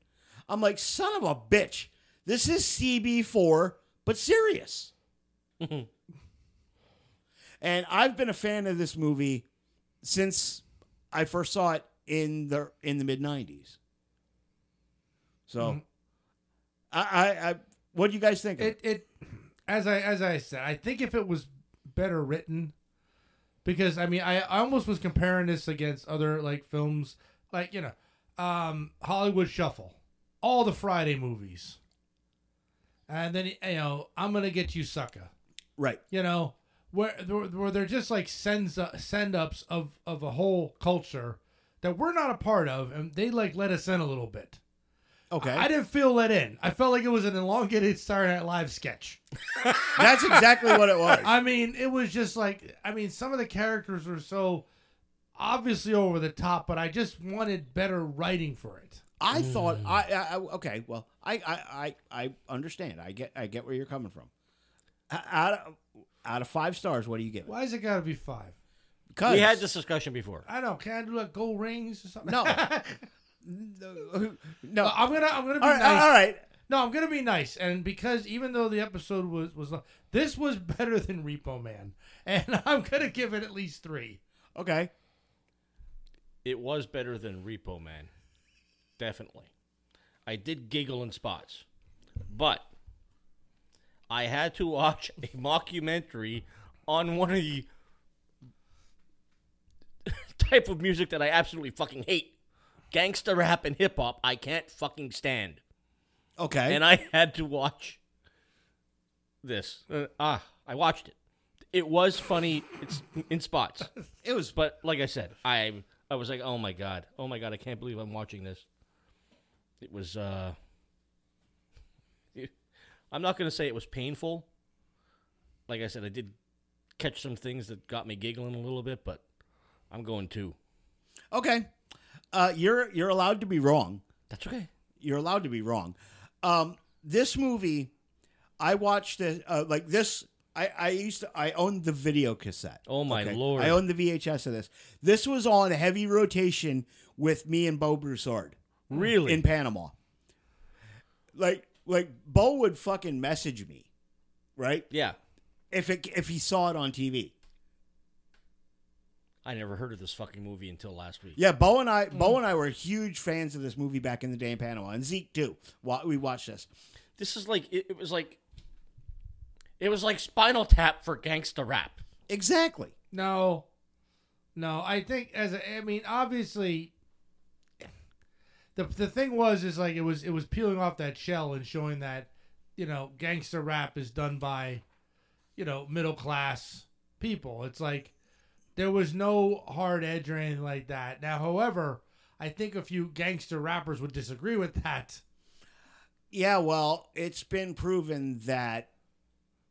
S4: I'm like, son of a bitch, this is CB4, but serious. and I've been a fan of this movie since I first saw it in the in the mid '90s. So, I, I, I, what do you guys think? of
S3: Mm-hmm. It it as I as I said, I think if it was better written, because I mean I, I almost was comparing this against other like films like you know um, Hollywood Shuffle, all the Friday movies, and then you know I'm gonna get you sucker.
S4: Right.
S3: you know where where they're just like sends send ups of of a whole culture that we're not a part of and they like let us in a little bit
S4: Okay.
S3: i didn't feel let in i felt like it was an elongated saturday night live sketch
S4: That's exactly what it was.
S3: i mean it was just like i mean some of the characters were so obviously over the top but i just wanted better writing for it
S4: I thought I, I I- okay. Well, I, I I I understand. I get I get where you're coming from. O- Out of, out of five stars, what do you give it?
S3: why is it gotta be five
S4: Because
S2: We had this discussion before.
S3: i don't can i do like gold rings or something
S4: No.
S3: no
S4: no.
S3: i'm gonna i'm gonna be
S4: all right,
S3: nice
S4: all right.
S3: No, I'm gonna be nice, and because even though the episode was was lo- this was better than Repo Man, and I'm gonna give it at least three.
S4: Okay.
S2: It was better than Repo Man. Definitely. I did giggle in spots. But I had to watch a mockumentary on one of the type of music that I absolutely fucking hate. Gangsta rap and hip hop, I can't fucking stand.
S4: Okay.
S2: And I had to watch this. Uh, ah, I watched it. It was funny. It's in spots.
S4: it was
S2: But like I said, I I was like, oh my god, oh my god, I can't believe I'm watching this. It was. uh I'm not gonna say it was painful. Like I said, I did catch some things that got me giggling a little bit, but I'm going two.
S4: okay. Uh, you're you're allowed to be wrong.
S2: That's okay.
S4: You're allowed to be wrong. Um, this movie, I watched it uh, like this. I, I used to I owned the video cassette.
S2: Oh, my Lord.
S4: I owned the VHS of this. This was on heavy rotation with me and Bo Broussard.
S2: Really?
S4: in Panama. Like like Bo would fucking message me, right?
S2: yeah.
S4: If it if he saw it on TV.
S2: I never heard of this fucking movie until last week.
S4: Yeah, Bo and I
S2: Hmm.
S4: Bo and I were huge fans of this movie back in the day in Panama, and Zeke too. Wa- We watched this.
S2: This is like it, it was like it was like Spinal Tap for gangsta rap.
S4: Exactly.
S3: No, no, I think as a, I mean, obviously, the the thing was is like it was it was peeling off that shell and showing that you know gangster rap is done by you know middle class people. It's like there was no hard edge or anything like that. Now, however, I think a few gangster rappers would disagree with that.
S4: Yeah, well, it's been proven that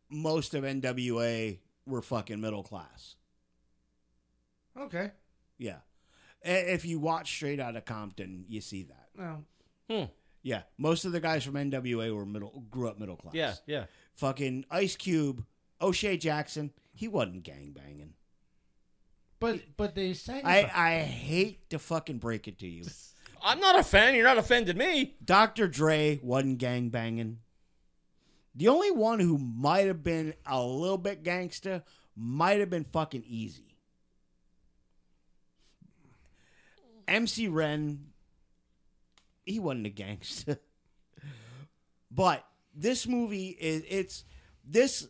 S4: most of NWA were fucking middle class.
S3: Okay,
S4: Yeah. I- If you watch straight out of Compton, you see that.
S3: well,
S2: Hmm.
S4: Yeah. Most of the guys from NWA were middle grew up middle class.
S2: Yeah. Yeah.
S4: fucking Ice Cube, O'Shea Jackson, he wasn't gang banging.
S3: but but they sang.
S4: I,
S3: about-
S4: I hate to fucking break it to you.
S2: I'm not a fan. You're not offended me.
S4: Dr. Dre wasn't gang banging. The only one who might have been a little bit gangsta might have been fucking easy. MC Ren, he wasn't a gangsta. but this movie is it's this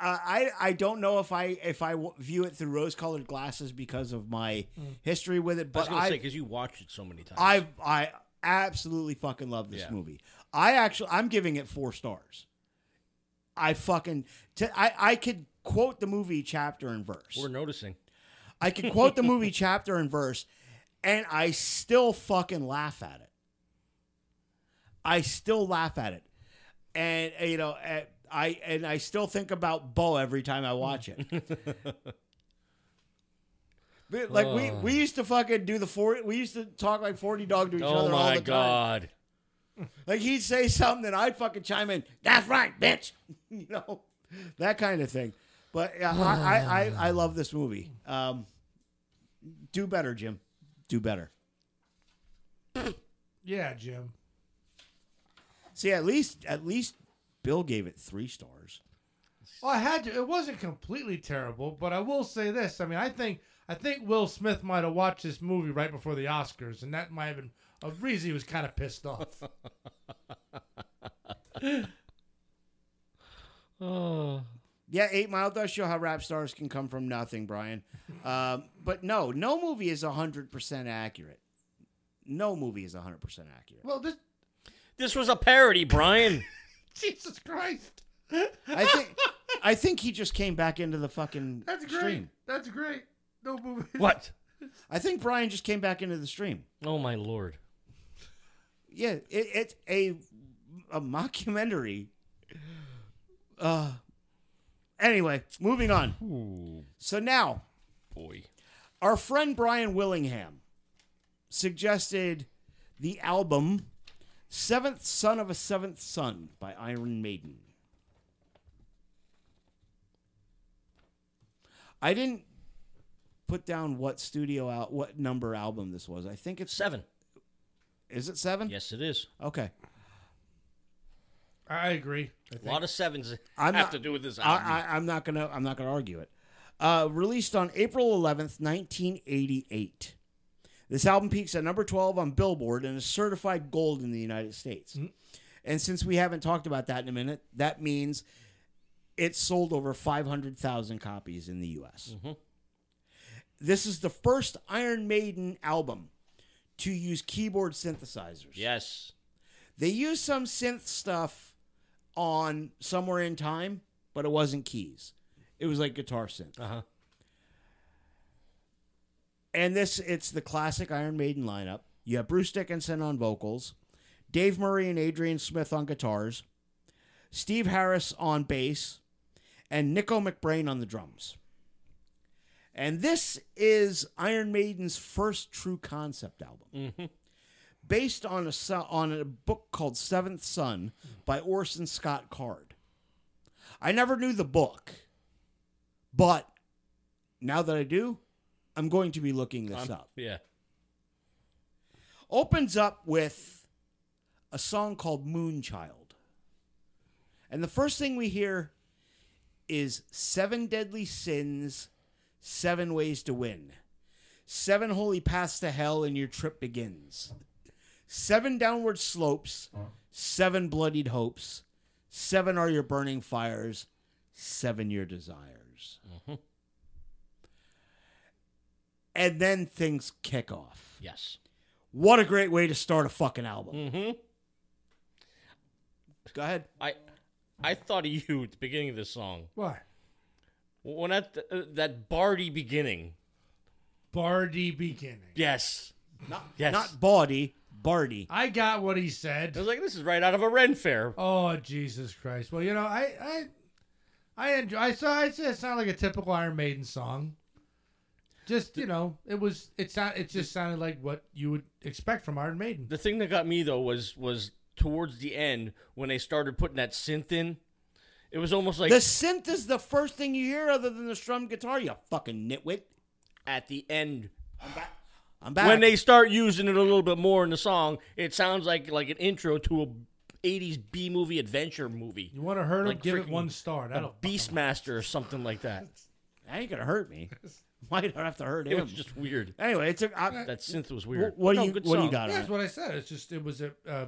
S4: uh, I I don't know if I if I w- view it through rose colored glasses because of my history with it,
S2: Mm. I was
S4: but
S2: gonna
S4: I
S2: say because you watched it so many times.
S4: I I absolutely fucking love this
S2: Yeah.
S4: movie. I actually I'm giving it four stars. I fucking t- I I could quote the movie chapter and verse.
S2: We're noticing.
S4: I could quote the movie chapter and verse, and I still fucking laugh at it. I still laugh at it, and uh, you know, uh, I and I still think about Bo every time I watch it. But, like we
S2: Oh.
S4: we used to fucking do the forty. We used to talk like forty dog to each
S2: Oh
S4: other all
S2: my
S4: the time.
S2: god.
S4: Like he'd say something, and I'd fucking chime in. That's right, bitch. you know, that kind of thing. But yeah, I, I, I, I love this movie. Um, do better, Jim. Do better.
S3: yeah, Jim.
S4: See, at least at least Bill gave it three stars.
S3: Well, Oh, I had to. It wasn't completely terrible, but I will say this. I mean, I think I think Will Smith might have watched this movie right before the Oscars, and that might have been a reason he was kind of pissed off.
S2: Oh.
S4: Yeah, Eight Mile does show how rap stars can come from nothing, Brian. Um, but no, no movie is hundred percent accurate. No movie is hundred percent accurate.
S3: well, this
S2: This was a parody, Brian.
S3: Jesus Christ,
S4: I think I think he just came back into the fucking
S3: that's great.
S4: stream.
S3: That's great. No movie.
S2: what?
S4: I think Brian just came back into the stream.
S2: Oh my lord.
S4: yeah, it, it's a a mockumentary. Uh, anyway, moving on. So now,
S2: Boy.
S4: our friend Brian Willingham suggested the album Seventh Son of a Seventh Son by Iron Maiden. I didn't put down what studio out what number album this was. I think it's
S2: Seven.
S4: is it 7?
S2: Yes, it is.
S4: Okay.
S3: I agree.
S2: A lot of sevens
S4: I'm
S2: have
S4: not-
S2: to do with this. album.
S4: I, I, I'm not gonna. I'm not gonna argue it. Uh, released on April 11th, 1988. This album peaks at number 12 on Billboard and is certified gold in the United States. And since we haven't talked about that in a minute, that means it sold over 500,000 copies in the U.S. This is the first Iron Maiden album to use keyboard synthesizers.
S2: yes.
S4: They used some synth stuff on Somewhere in Time, but it wasn't keys. It was like guitar synth.
S2: Uh-huh.
S4: And this it's the classic Iron Maiden lineup. You have Bruce Dickinson on vocals, Dave Murray and Adrian Smith on guitars, Steve Harris on bass, and Nico McBrain on the drums. And this is Iron Maiden's first true concept album. Based on a so- on a book called Seventh Son by Orson Scott Card. I never knew the book, but now that I do, I'm going to be looking this up.
S2: Yeah.
S4: Opens up with a song called Moonchild. And the first thing we hear is Seven Deadly Sins, Seven Ways to Win, Seven Holy Paths to Hell, and Your Trip Begins, Seven Downward Slopes, Seven Bloodied Hopes, Seven Are Your Burning Fires, Seven Your Desires. And then things kick off.
S2: Yes.
S4: What a great way to start a fucking album. Mm-hmm. Go ahead.
S2: I I thought of you at the beginning of this song.
S3: Why?
S2: When that uh, that bardy beginning.
S3: Bardy beginning.
S2: Yes. yes.
S4: Not Bawdy, Bardy.
S3: I got what he
S2: I
S3: said.
S2: was like, this is right out of a Ren fair.
S3: Oh Jesus Christ! Well, you know, I, I, I enjoy. I saw. I said it sounded like a typical Iron Maiden song. Just you know, it was. It sound. It just sounded like what you would expect from Iron Maiden.
S2: The thing that got me though was was towards the end when they started putting that synth in. It was almost like
S4: The synth is the first thing you hear other than the strum guitar, you fucking nitwit.
S2: at the end
S4: I'm back.
S2: when they start using it a little bit more in the song, it sounds like like an intro to a 80s B movie adventure movie.
S3: You want to hurt him?
S2: Like
S3: give it
S2: freaking
S3: one star.
S2: A
S3: That'll
S2: Beastmaster or something like that.
S4: that ain't gonna hurt me. Might not have to hurt
S2: It
S4: him.
S2: was just weird.
S4: anyway, it's a, I,
S2: That synth was
S4: wh-
S2: weird.
S4: what do
S2: No,
S4: you
S2: good
S4: what do you
S2: song.
S4: got? on
S3: Yeah,
S4: it?
S3: that's what I said. It's just it was a uh,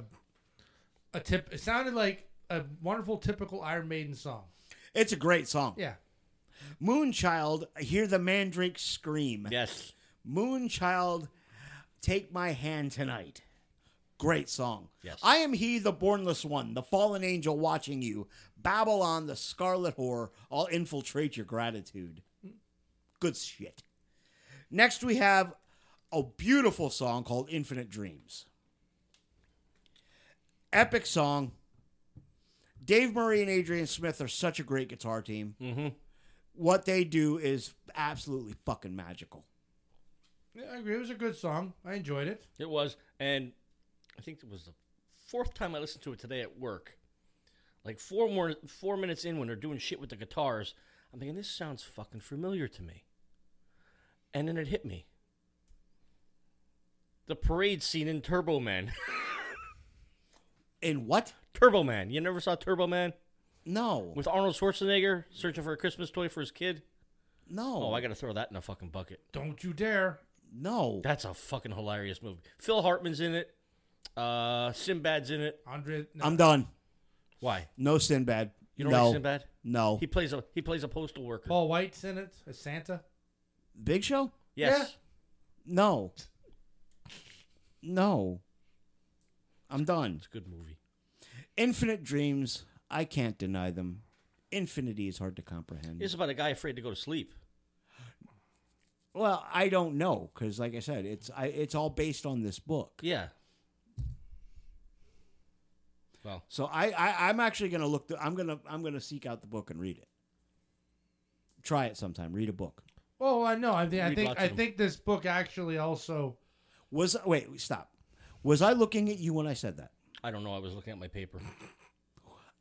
S3: a tip. It sounded like a wonderful typical Iron Maiden song.
S4: It's a great song.
S3: Yeah,
S4: Moonchild, hear the mandrake scream.
S2: Yes.
S4: Moonchild, Take My Hand Tonight. Great song.
S2: Yes.
S4: I am he, the bornless one, the fallen angel watching you. Babylon, the scarlet whore, I'll infiltrate your gratitude. Good shit. Next, we have a beautiful song called Infinite Dreams. Epic song. Dave Murray and Adrian Smith are such a great guitar team. What they do is absolutely fucking magical.
S3: yeah, I agree. It was a good song. I enjoyed it.
S2: It was, and I think it was the fourth time I listened to it today at work. Like four more four minutes in when they're doing shit with the guitars, I'm thinking this sounds fucking familiar to me. And then it hit me. The parade scene in Turbo Man.
S4: In what?
S2: Turbo Man. You never saw Turbo Man
S4: No.
S2: with Arnold Schwarzenegger searching for a Christmas toy for his kid?
S4: No.
S2: Oh, I got to throw that in a fucking bucket.
S3: Don't you dare!
S4: no.
S2: That's a fucking hilarious movie. Phil Hartman's in it. Uh Sinbad's in it.
S3: Andre, no,
S4: I'm done.
S2: Why?
S4: No Sinbad.
S2: You don't
S4: no.
S2: like Sinbad?
S4: No.
S2: He plays a he plays a postal worker.
S3: Paul White's in it as Santa.
S4: Big Show?
S2: yes.
S4: No. No. I'm done.
S2: It's a good movie.
S4: Infinite dreams. I can't deny them. Infinity is hard to comprehend.
S2: It's about a guy afraid to go to sleep.
S4: well, I don't know because, like I said, it's I, it's all based on this book.
S2: Yeah. Well,
S4: So I, I I'm actually gonna look. th- I'm gonna I'm gonna seek out the book and read it. Try it sometime. Read a book.
S3: Oh, I know. I think I
S2: Read
S3: think
S2: lots of
S3: I
S2: them.
S3: think this book actually also.
S4: Was wait stop. Was I looking at you when I said that?
S2: I don't know. I was looking at my paper.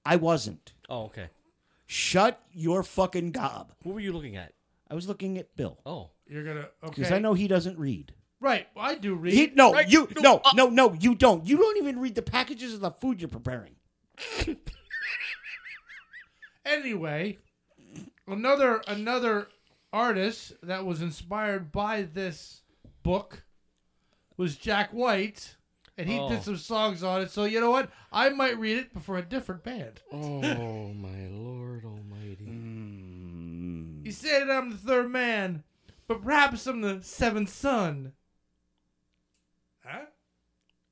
S4: I wasn't.
S2: Oh, okay.
S4: Shut your fucking gob.
S2: What were you looking at?
S4: I was looking at Bill
S2: Oh,
S3: You're gonna okay.
S4: because I know he doesn't read.
S3: Right. Well, I do read.
S4: He no,
S2: Right,
S4: you
S2: you-
S4: no,
S2: uh-
S4: no, no, you don't. You don't even read the packages of the food you're preparing.
S3: Anyway, another another artist that was inspired by this book was Jack White, and he
S2: Oh.
S3: did some songs on it. So you know what? I might read it before a different band.
S2: Oh my lord almighty.
S3: You said I'm the third man, but perhaps I'm the seventh son. Huh?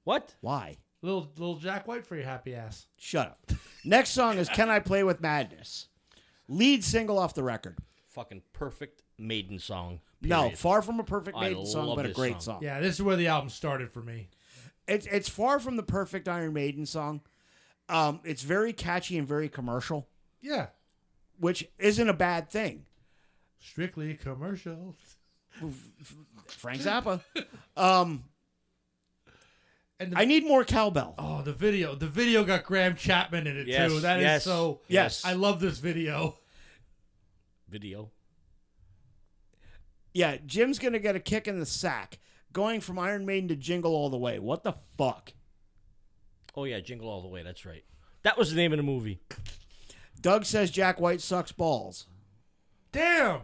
S2: What?
S4: Why?
S3: Little little Jack White for your happy ass.
S4: Shut up. Next song is Can I Play with Madness? Lead single off the record.
S2: Fucking perfect maiden song.
S4: No,
S2: period.
S4: far from a perfect
S2: I
S4: Maiden song,
S2: love
S4: but a
S2: this
S4: great
S2: song.
S4: song.
S3: Yeah, this is where the album started for me.
S4: It's it's far from the perfect Iron Maiden song. Um, it's very catchy and very commercial,
S3: Yeah,
S4: which isn't a bad thing.
S3: strictly commercial.
S4: Frank Zappa. um,
S3: And the,
S4: I need more cowbell.
S3: oh, the video. The video got Graham Chapman in it
S2: Yes,
S3: too. That is
S2: yes.
S3: so.
S4: Yes.
S3: I love this video.
S2: Video.
S4: Yeah, Jim's gonna get a kick in the sack going from Iron Maiden to Jingle All the Way. What the fuck?
S2: Oh yeah, Jingle All the Way. That's right. That was the name of the movie.
S4: Doug says Jack White sucks balls.
S3: Damn,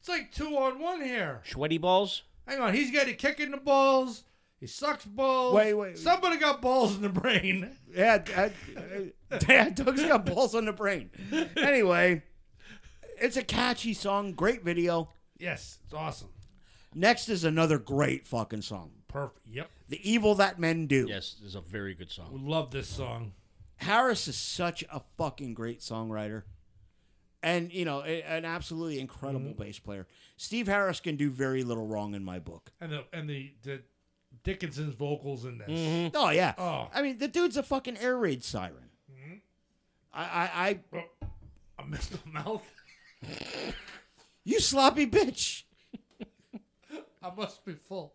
S3: it's like two on one here.
S2: Sweaty balls.
S3: Hang on, he's getting kicking the balls. He sucks balls.
S4: Wait, wait.
S3: Somebody got balls in the brain.
S4: Yeah, d- uh, yeah, Doug's got balls on the brain. Anyway, it's a catchy song, great video.
S3: Yes, it's awesome.
S4: Next is another great fucking song.
S3: Perfect. Yep,
S4: The Evil That Men Do.
S2: Yes, this is a very good song.
S3: we love this song.
S4: Harris is such a fucking great songwriter. And, you know, a- an absolutely incredible bass player. Steve Harris can do very little wrong in my book.
S3: And the and the, the Dickinson's vocals in this.
S4: Oh, yeah.
S3: Oh.
S4: I mean, the dude's a fucking air raid siren. I, I, I,
S3: Oh, I missed the mouth.
S4: you sloppy bitch.
S3: I must be full.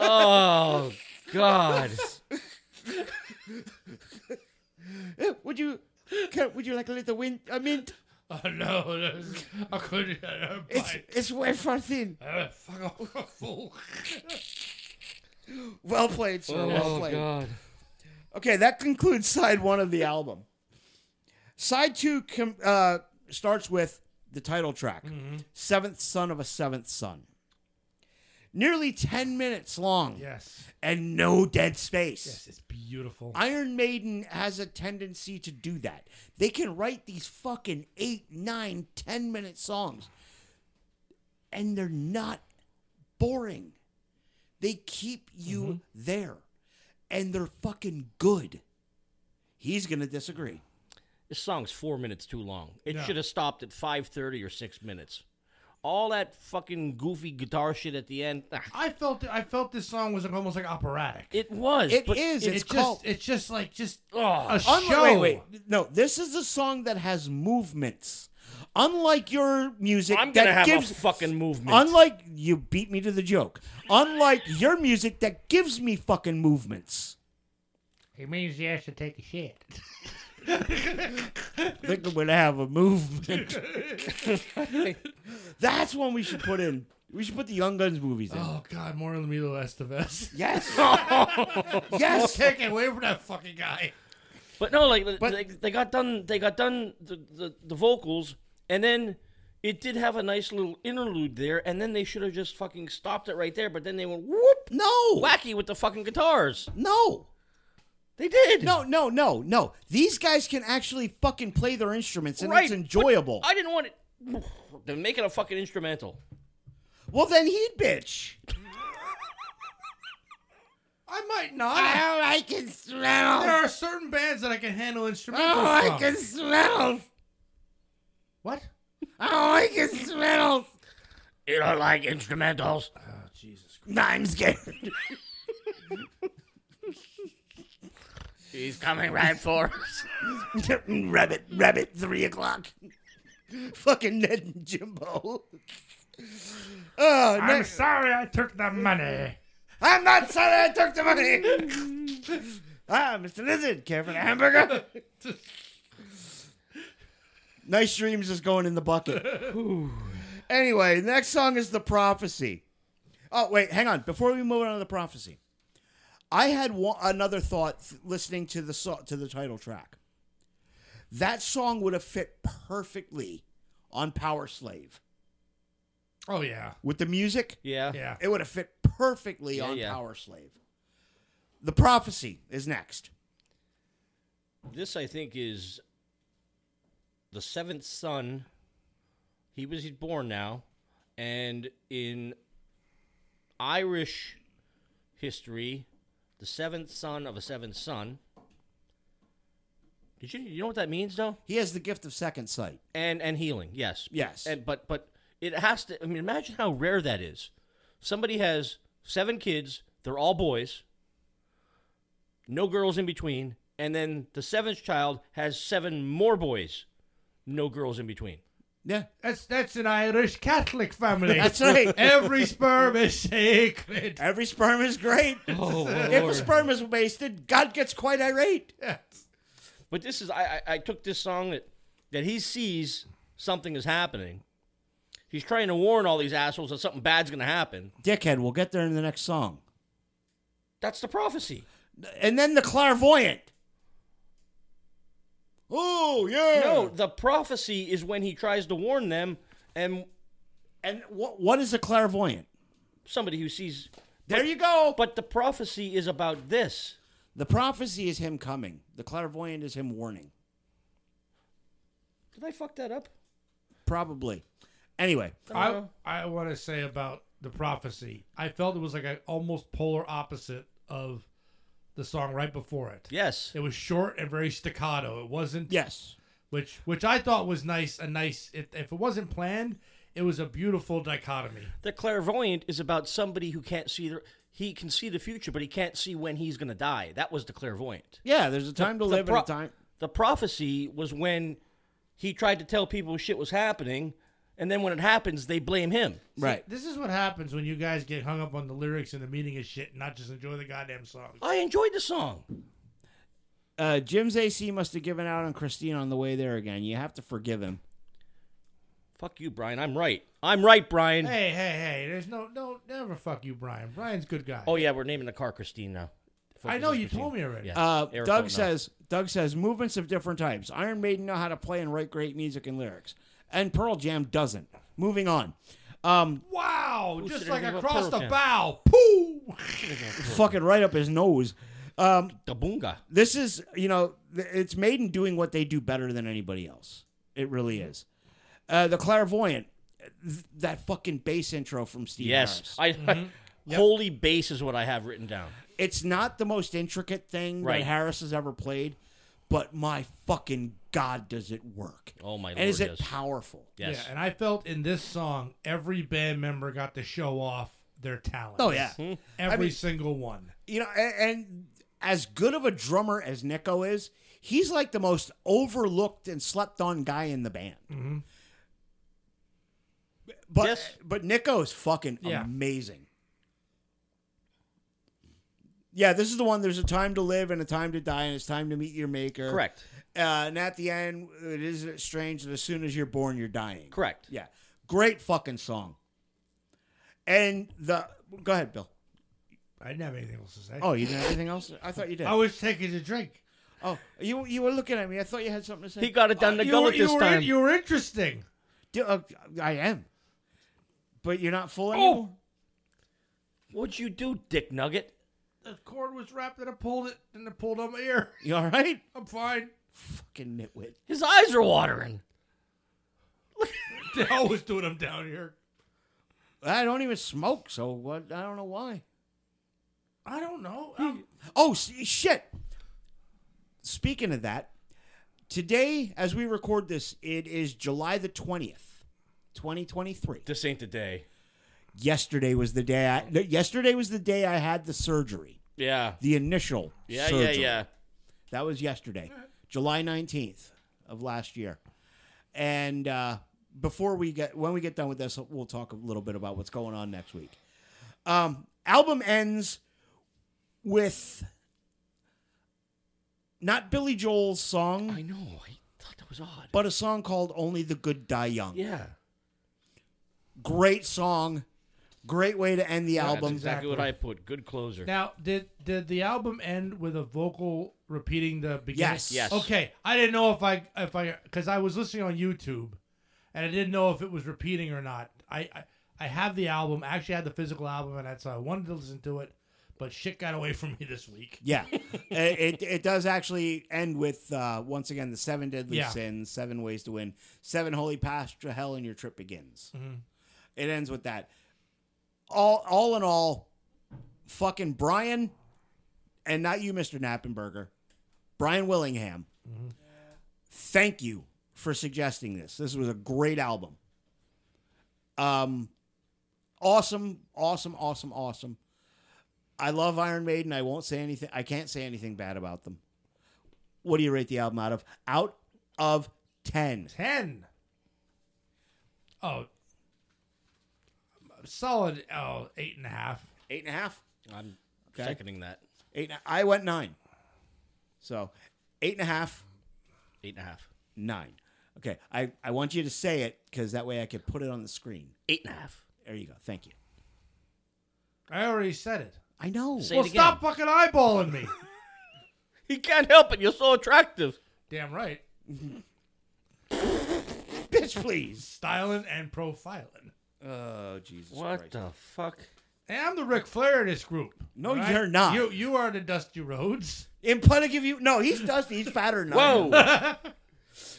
S2: Oh God.
S4: Eh, Would you, can, would you like a little wind, a mint?
S3: Oh no, that's, I couldn't. I
S4: It's, it's way far thin.
S3: Uh, fuck off, I'm full.
S4: Well played, sir. well played.
S2: Oh, God.
S4: Okay, that concludes side one of the album. Side two com- uh, starts with the title track Seventh Son of a Seventh Son. Nearly 10 minutes long
S3: Yes,
S4: and no dead space.
S3: yes, it's beautiful.
S4: Iron Maiden has a tendency to do that. They can write these fucking eight, nine, ten minute songs, and they're not boring. They keep you
S2: Mm-hmm.
S4: there, and they're fucking good. He's gonna disagree.
S2: This song's four minutes too long. It
S3: Yeah.
S2: should have stopped at five thirty or six minutes. All that fucking goofy guitar shit at the end. ah,
S3: I felt I felt this song was like, almost like operatic.
S2: It was.
S4: It is.
S2: but
S4: It's,
S3: just
S4: called.
S3: it's just like just
S2: Oh.
S3: a
S4: Unli-
S3: show.
S4: Wait, wait. No, this is a song that has movements. Unlike your music,
S2: I'm
S4: that
S2: gonna have
S4: gives
S2: a fucking movement.
S4: Unlike you beat me to the joke. Unlike your music that gives me fucking movements.
S3: He means he has to take a shit.
S4: I think I'm gonna have a movement. That's one we should put in. We should put the Young Guns movies in.
S3: Oh God, more than Emilio Estevez.
S4: Yes. yes.
S3: Take it away from that fucking guy.
S2: But no, like they, they got done. They got done the, the the vocals, and then it did have a nice little interlude there, and then they should have just fucking stopped it right there. But then they went whoop
S4: No.
S2: wacky with the fucking guitars.
S4: No.
S2: They did.
S4: No, no, no, no. These guys can actually fucking play their instruments and
S2: right.
S4: it's
S2: but
S4: enjoyable.
S2: I didn't want it. Then make it a fucking instrumental.
S4: well, then he'd bitch.
S3: I might not.
S4: Oh, I can smell.
S3: there are certain bands that I can handle instrumentals
S4: Oh, I
S3: from.
S4: can smell.
S3: What?
S4: Oh, I can smell.
S2: You don't like instrumentals.
S3: Oh Jesus Christ!
S4: I'm scared.
S2: He's coming right for us.
S4: rabbit, rabbit, three o'clock. Fucking Ned and Jimbo. Oh,
S3: I'm
S4: next.
S3: sorry I took the money.
S4: I'm not sorry I took the money. ah, Mr. Lizard, care for the hamburger? nice dreams is going in the bucket. anyway, next song is The Prophecy. Oh, wait, hang on. Before we move on to The Prophecy, I had one, another thought th- listening to the so- to the title track. That song would have fit perfectly on Power Slave
S3: Oh yeah,
S4: with the music.
S2: Yeah.
S3: yeah.
S4: It would have fit perfectly
S2: Yeah,
S4: on
S2: yeah.
S4: Power Slave. The Prophecy is next.
S2: This I think is the seventh son. He was he's born now, and in Irish history, the seventh son of a seventh son. Did you you know what that means though?
S4: He has the gift of second sight.
S2: And and healing, yes.
S4: Yes.
S2: And but but it has to. I mean, imagine how rare that is. Somebody has seven kids; they're all boys, no girls in between, and then the seventh child has seven more boys, no girls in between.
S4: yeah,
S3: That's that's an Irish Catholic family.
S4: that's right.
S3: Every sperm is sacred.
S4: Every sperm is great.
S2: Oh,
S4: if a sperm is wasted, God gets quite irate.
S3: Yes.
S2: But this is I, I I took this song that that he sees something is happening. He's trying to warn all these assholes that something bad's gonna happen.
S4: Dickhead, we'll get there in the next song.
S2: That's the prophecy.
S4: And then the clairvoyant. Oh, yeah.
S2: No, the prophecy is when he tries to warn them, and
S4: And what, what is a clairvoyant?
S2: somebody who sees
S4: There you go.
S2: But the prophecy is about this.
S4: The prophecy is him coming. The clairvoyant is him warning.
S2: Did I fuck that up?
S4: Probably. Anyway,
S3: I I want to say about the prophecy. I felt it was like an almost polar opposite of the song right before it.
S2: Yes.
S3: It was short and very staccato. It wasn't
S4: yes.
S3: which which I thought was nice. A nice if, if it wasn't planned, it was a beautiful dichotomy.
S2: The clairvoyant is about somebody who can't see the he can see the future, but he can't see when he's going to die. That was the clairvoyant.
S4: Yeah, there's a time to
S2: The
S4: live
S2: pro-
S4: and a time.
S2: The prophecy was when he tried to tell people shit was happening, and then when it happens, they blame him.
S4: Right.
S3: This is what happens when you guys get hung up on the lyrics and the meaning of shit, and not just enjoy the goddamn song.
S2: I enjoyed the song.
S4: Uh, Jim's AC must have given out on Christine on the way there again. You have to forgive him.
S2: Fuck you, Brian. I'm right. I'm right, Brian.
S3: Hey, hey, hey! There's no, no, never fuck you, Brian. Brian's a good guy.
S2: Oh yeah, we're naming the car Christine now. Fuck
S3: I
S2: is
S3: know
S2: this
S3: you
S2: Christine?
S3: told me already.
S2: Yeah.
S4: Uh,
S2: Eric
S4: Doug
S2: Holtnow.
S4: says Doug says movements of different types. Iron Maiden know how to play and write great music and lyrics, and Pearl Jam doesn't. Moving on. Um,
S3: Wow!
S2: Who
S3: just
S2: said
S3: like
S2: anything about
S3: across
S2: Pearl
S3: the
S2: Jam?
S3: bow. Poo!
S4: fucking right up his nose. Um,
S2: The bunga.
S4: this is you know th- it's Maiden doing what they do better than anybody else. It really is. Uh, the clairvoyant, th- that fucking bass intro from Steve.
S2: Yes.
S4: Harris.
S2: I, holy bass is what I have written down.
S4: it's not the most intricate thing
S2: Right.
S4: that Harris has ever played, but my fucking god, does it work?
S2: Oh, my
S4: and
S2: Lord,
S4: is it
S2: yes.
S4: powerful?
S2: Yes.
S3: Yeah, and I felt in this song, every band member got to show off their talent.
S4: Oh yeah.
S2: Hmm.
S3: every
S4: mean-
S3: single one.
S4: you know, and, and as good of a drummer as Nico is, he's like the most overlooked and slept on guy in the band.
S3: Mm-hmm.
S4: But
S2: Yes.
S4: but Nico is fucking
S3: Yeah.
S4: amazing. Yeah, this is the one. There's a time to live and a time to die, and it's time to meet your maker.
S2: Correct.
S4: Uh, and at the end, it isn't strange that as soon as you're born, you're dying.
S2: Correct.
S4: Yeah, great fucking song. And the go ahead, Bill.
S3: I didn't have anything else to say.
S4: Oh, you didn't have anything else? I thought you did.
S3: I was taking a drink.
S4: Oh, you you were looking at me. I thought you had something to say.
S2: He got it down
S3: Uh,
S2: the
S3: you
S2: gullet
S3: were- you
S2: this
S3: were-
S2: time.
S3: you were interesting.
S4: Do- uh, I am, but you're not
S2: Oh!
S4: full anymore.
S2: What'd you do, Dick Nugget?
S3: The cord was wrapped and I pulled it and it pulled on my ear.
S4: You all right?
S3: I'm fine.
S4: Fucking nitwit.
S2: His eyes are watering.
S3: They always do them down here.
S4: I don't even smoke, so what? I don't know why.
S3: I don't know. Um,
S4: Oh s- shit! Speaking of that, today as we record this, it is July the twentieth, twenty twenty three.
S2: This ain't the day.
S4: Yesterday was the day. I, no, yesterday was the day I had the surgery,
S2: Yeah.
S4: the initial.
S2: Yeah, yeah,
S4: surgery.
S2: yeah.
S4: That was yesterday, July 19th of last year. And uh, before we get when we get done with this, we'll talk a little bit about what's going on next week. Um, album ends with not Billy Joel's
S2: I
S4: song,
S2: know. I thought that was odd.
S4: but a song called "Only the Good Die Young."
S2: yeah.
S4: Great song, Great way to end the
S2: That's
S4: album.
S2: exactly what I put. Good closer.
S3: Now, did did the album end with a vocal repeating the beginning?
S4: Yes.
S2: Yes.
S3: Okay, I didn't know if I if I because I was listening on YouTube, and I didn't know if it was repeating or not. I I, I have the album. I actually had the physical album, and that's so I wanted to listen to it, but shit got away from me this week.
S4: Yeah, it, it it does actually end with uh, once again the seven deadly
S3: Yeah.
S4: sins, seven ways to win, seven holy paths to hell, and your trip begins. It ends with that. All all in all, fucking Brian, and not you, Mister Nappenberger, Brian Willingham. Thank you for suggesting this. This was a great album. Um, awesome, awesome, awesome, awesome. I love Iron Maiden. I won't say anything. I can't say anything bad about them. What do you rate the album out of? Out of ten.
S3: Ten. Oh, solid. Oh, eight and a half.
S4: Eight and a half.
S2: I'm
S4: Okay.
S2: seconding that.
S4: Eight. and a- I went nine. So eight and a half,
S2: Eight and a half.
S4: nine. Okay. I I want you to say it because that way I could put it on the screen.
S2: Eight and a half.
S4: There you go. Thank you.
S3: I already said it.
S4: I know.
S2: Say- it
S3: well,
S2: again.
S3: stop fucking eyeballing me.
S2: He can't help it. You're so attractive.
S3: Damn right.
S4: Bitch, please.
S3: Styling and profiling.
S4: Oh Jesus
S2: What
S4: Christ.
S2: the fuck?
S3: Hey, I'm the Ric Flair of this group.
S4: No,
S3: all
S4: you're not.
S3: You you are the Dusty Rhodes.
S4: In public, if you no, he's dusty. He's fatter than I am.
S2: Whoa!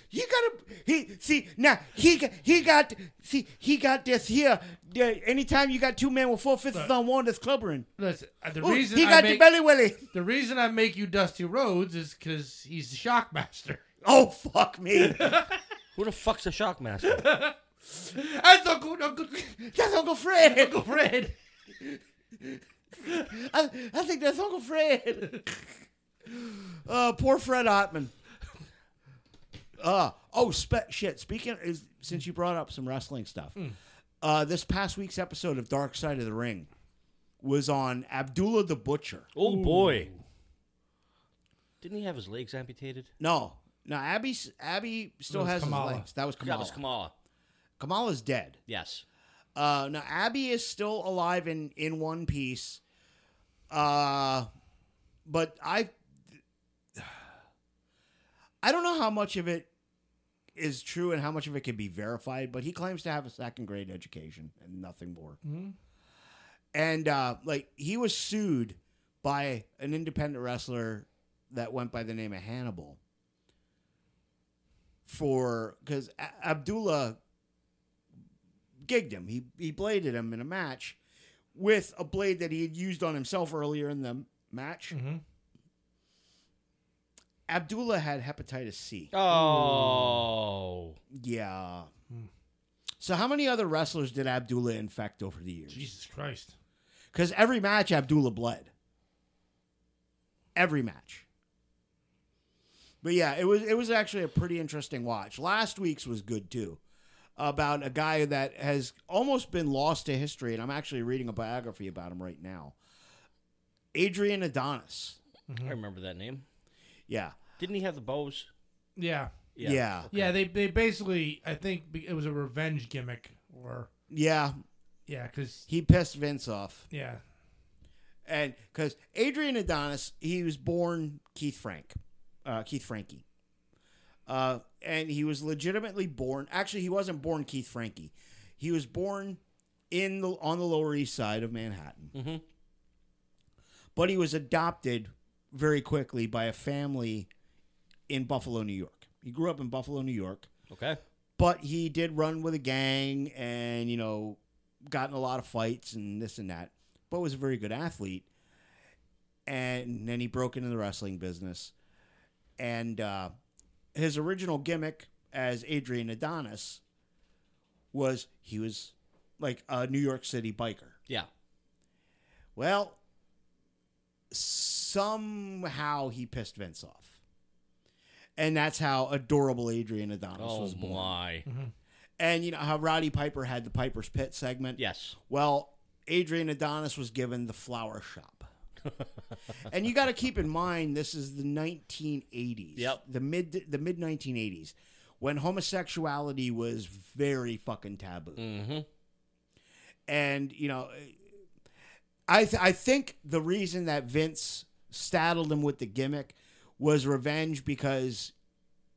S4: You gotta he see now he got he got see he got this here. Yeah, anytime you got two men with four fifths on one, that's clubbering.
S3: Listen, uh, the
S4: Ooh,
S3: reason
S4: he
S3: I
S4: got
S3: make,
S4: the belly willy.
S3: the reason I make you Dusty Rhodes is because he's the Shockmaster.
S4: Oh fuck me!
S2: Who the fuck's a shockmaster?
S3: That's Uncle Uncle
S4: that's Uncle Fred.
S3: Uncle Fred.
S4: I, I think that's Uncle Fred. Uh, poor Fred Ottman. Uh, oh, spe- shit. Speaking is since you brought up some wrestling stuff,
S3: Hmm.
S4: uh, this past week's episode of Dark Side of the Ring was on Abdullah the Butcher.
S2: oh boy! Didn't he have his legs amputated?
S4: No, no. Abby, Abby still
S3: was
S4: has
S3: Kamala.
S4: his legs. That was Kamala.
S2: That was Kamala.
S4: Kamala's dead.
S2: Yes.
S4: Uh, now Abby is still alive in in one piece. Uh, but I, I don't know how much of it is true and how much of it can be verified. But he claims to have a second grade education and nothing more. And uh, like he was sued by an independent wrestler that went by the name of Hannibal for because Abdullah gigged him. He he bladed him in a match with a blade that he had used on himself earlier in the match.
S3: Hmm.
S4: Abdullah had hepatitis C.
S2: Oh.
S4: Yeah. So how many other wrestlers did Abdullah infect over the years?
S3: Jesus Christ.
S4: Because every match Abdullah bled. Every match. But yeah, it was it was actually a pretty interesting watch. Last week's was good too. About a guy that has almost been lost to history, and I'm actually reading a biography about him right now. Adrian Adonis.
S2: I remember that name.
S4: Yeah.
S2: Didn't he have the bows?
S3: Yeah.
S4: Yeah. Yeah.
S3: Yeah. They they basically I think be- it was a revenge gimmick or yeah because
S4: He pissed Vince off.
S3: yeah
S4: And because Adrian Adonis, he was born Keith Frank, uh, Keith Frankie. Uh, and he was legitimately born. Actually, he wasn't born Keith Frankie. He was born in the on the Lower East Side of Manhattan.
S2: Mhm.
S4: But he was adopted very quickly by a family in Buffalo, New York. He grew up in Buffalo, New York,
S2: Okay.
S4: but he did run with a gang and you know got in a lot of fights and this and that but was a very good athlete and then he broke into the wrestling business and uh, his original gimmick as adrian adonis was he was like a new york city biker
S2: Yeah.
S4: well, somehow he pissed Vince off. And that's how adorable Adrian Adonis
S2: Oh
S4: was born. Mm-hmm.
S2: my.
S4: And you know how Roddy Piper had the Piper's Pit segment?
S2: Yes.
S4: Well, Adrian Adonis was given the flower shop. and you got to keep in mind this is the 1980s.
S2: Yep.
S4: The mid the mid 1980s
S2: Mm.
S4: when homosexuality was very fucking taboo.
S2: Mm-hmm.
S4: and you know, I th- I think the reason that Vince saddled him with the gimmick was revenge because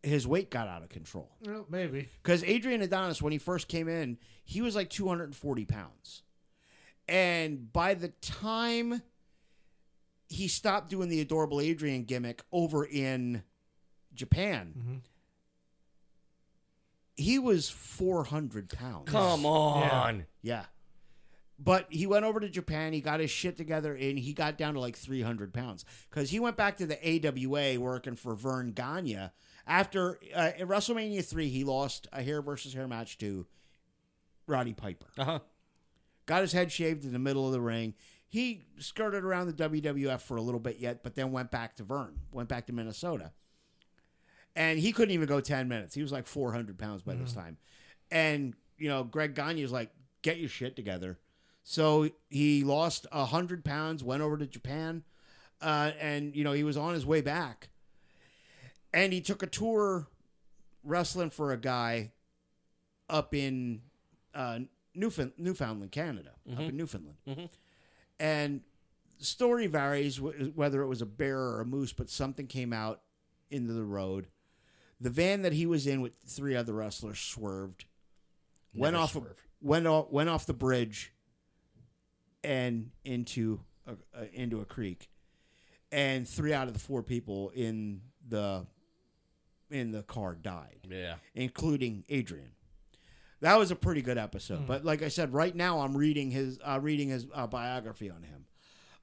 S4: his weight got out of control.
S3: Well, maybe.
S4: Because Adrian Adonis, when he first came in, he was like 240 pounds. And by the time he stopped doing the adorable Adrian gimmick over in Japan, he was 400 pounds.
S2: Come on.
S4: Yeah. But he went over to Japan. He got his shit together and he got down to like 300 pounds because he went back to the AWA working for Vern Gagne. After uh, at WrestleMania 3, he lost a hair versus hair match to Roddy Piper.
S2: Uh huh.
S4: Got his head shaved in the middle of the ring. He skirted around the WWF for a little bit yet, but then went back to Vern, went back to Minnesota. And he couldn't even go 10 minutes. He was like 400 pounds by this time. And, you know, Greg Gagne was like, get your shit together. So he lost 100 pounds, went over to Japan, uh, and, you know, he was on his way back. And he took a tour wrestling for a guy up in uh, Newfound- Newfoundland, Canada, up in Newfoundland. And story varies wh- whether it was a bear or a moose, but something came out into the road. The van that he was in with three other wrestlers swerved, went off A, went off went off the bridge, and into a, uh, into a creek, and three out of the four people in the in the car died
S2: Yeah.
S4: including Adrian. That was a pretty good episode. But like I said, right now I'm reading his uh, reading his uh, biography on him.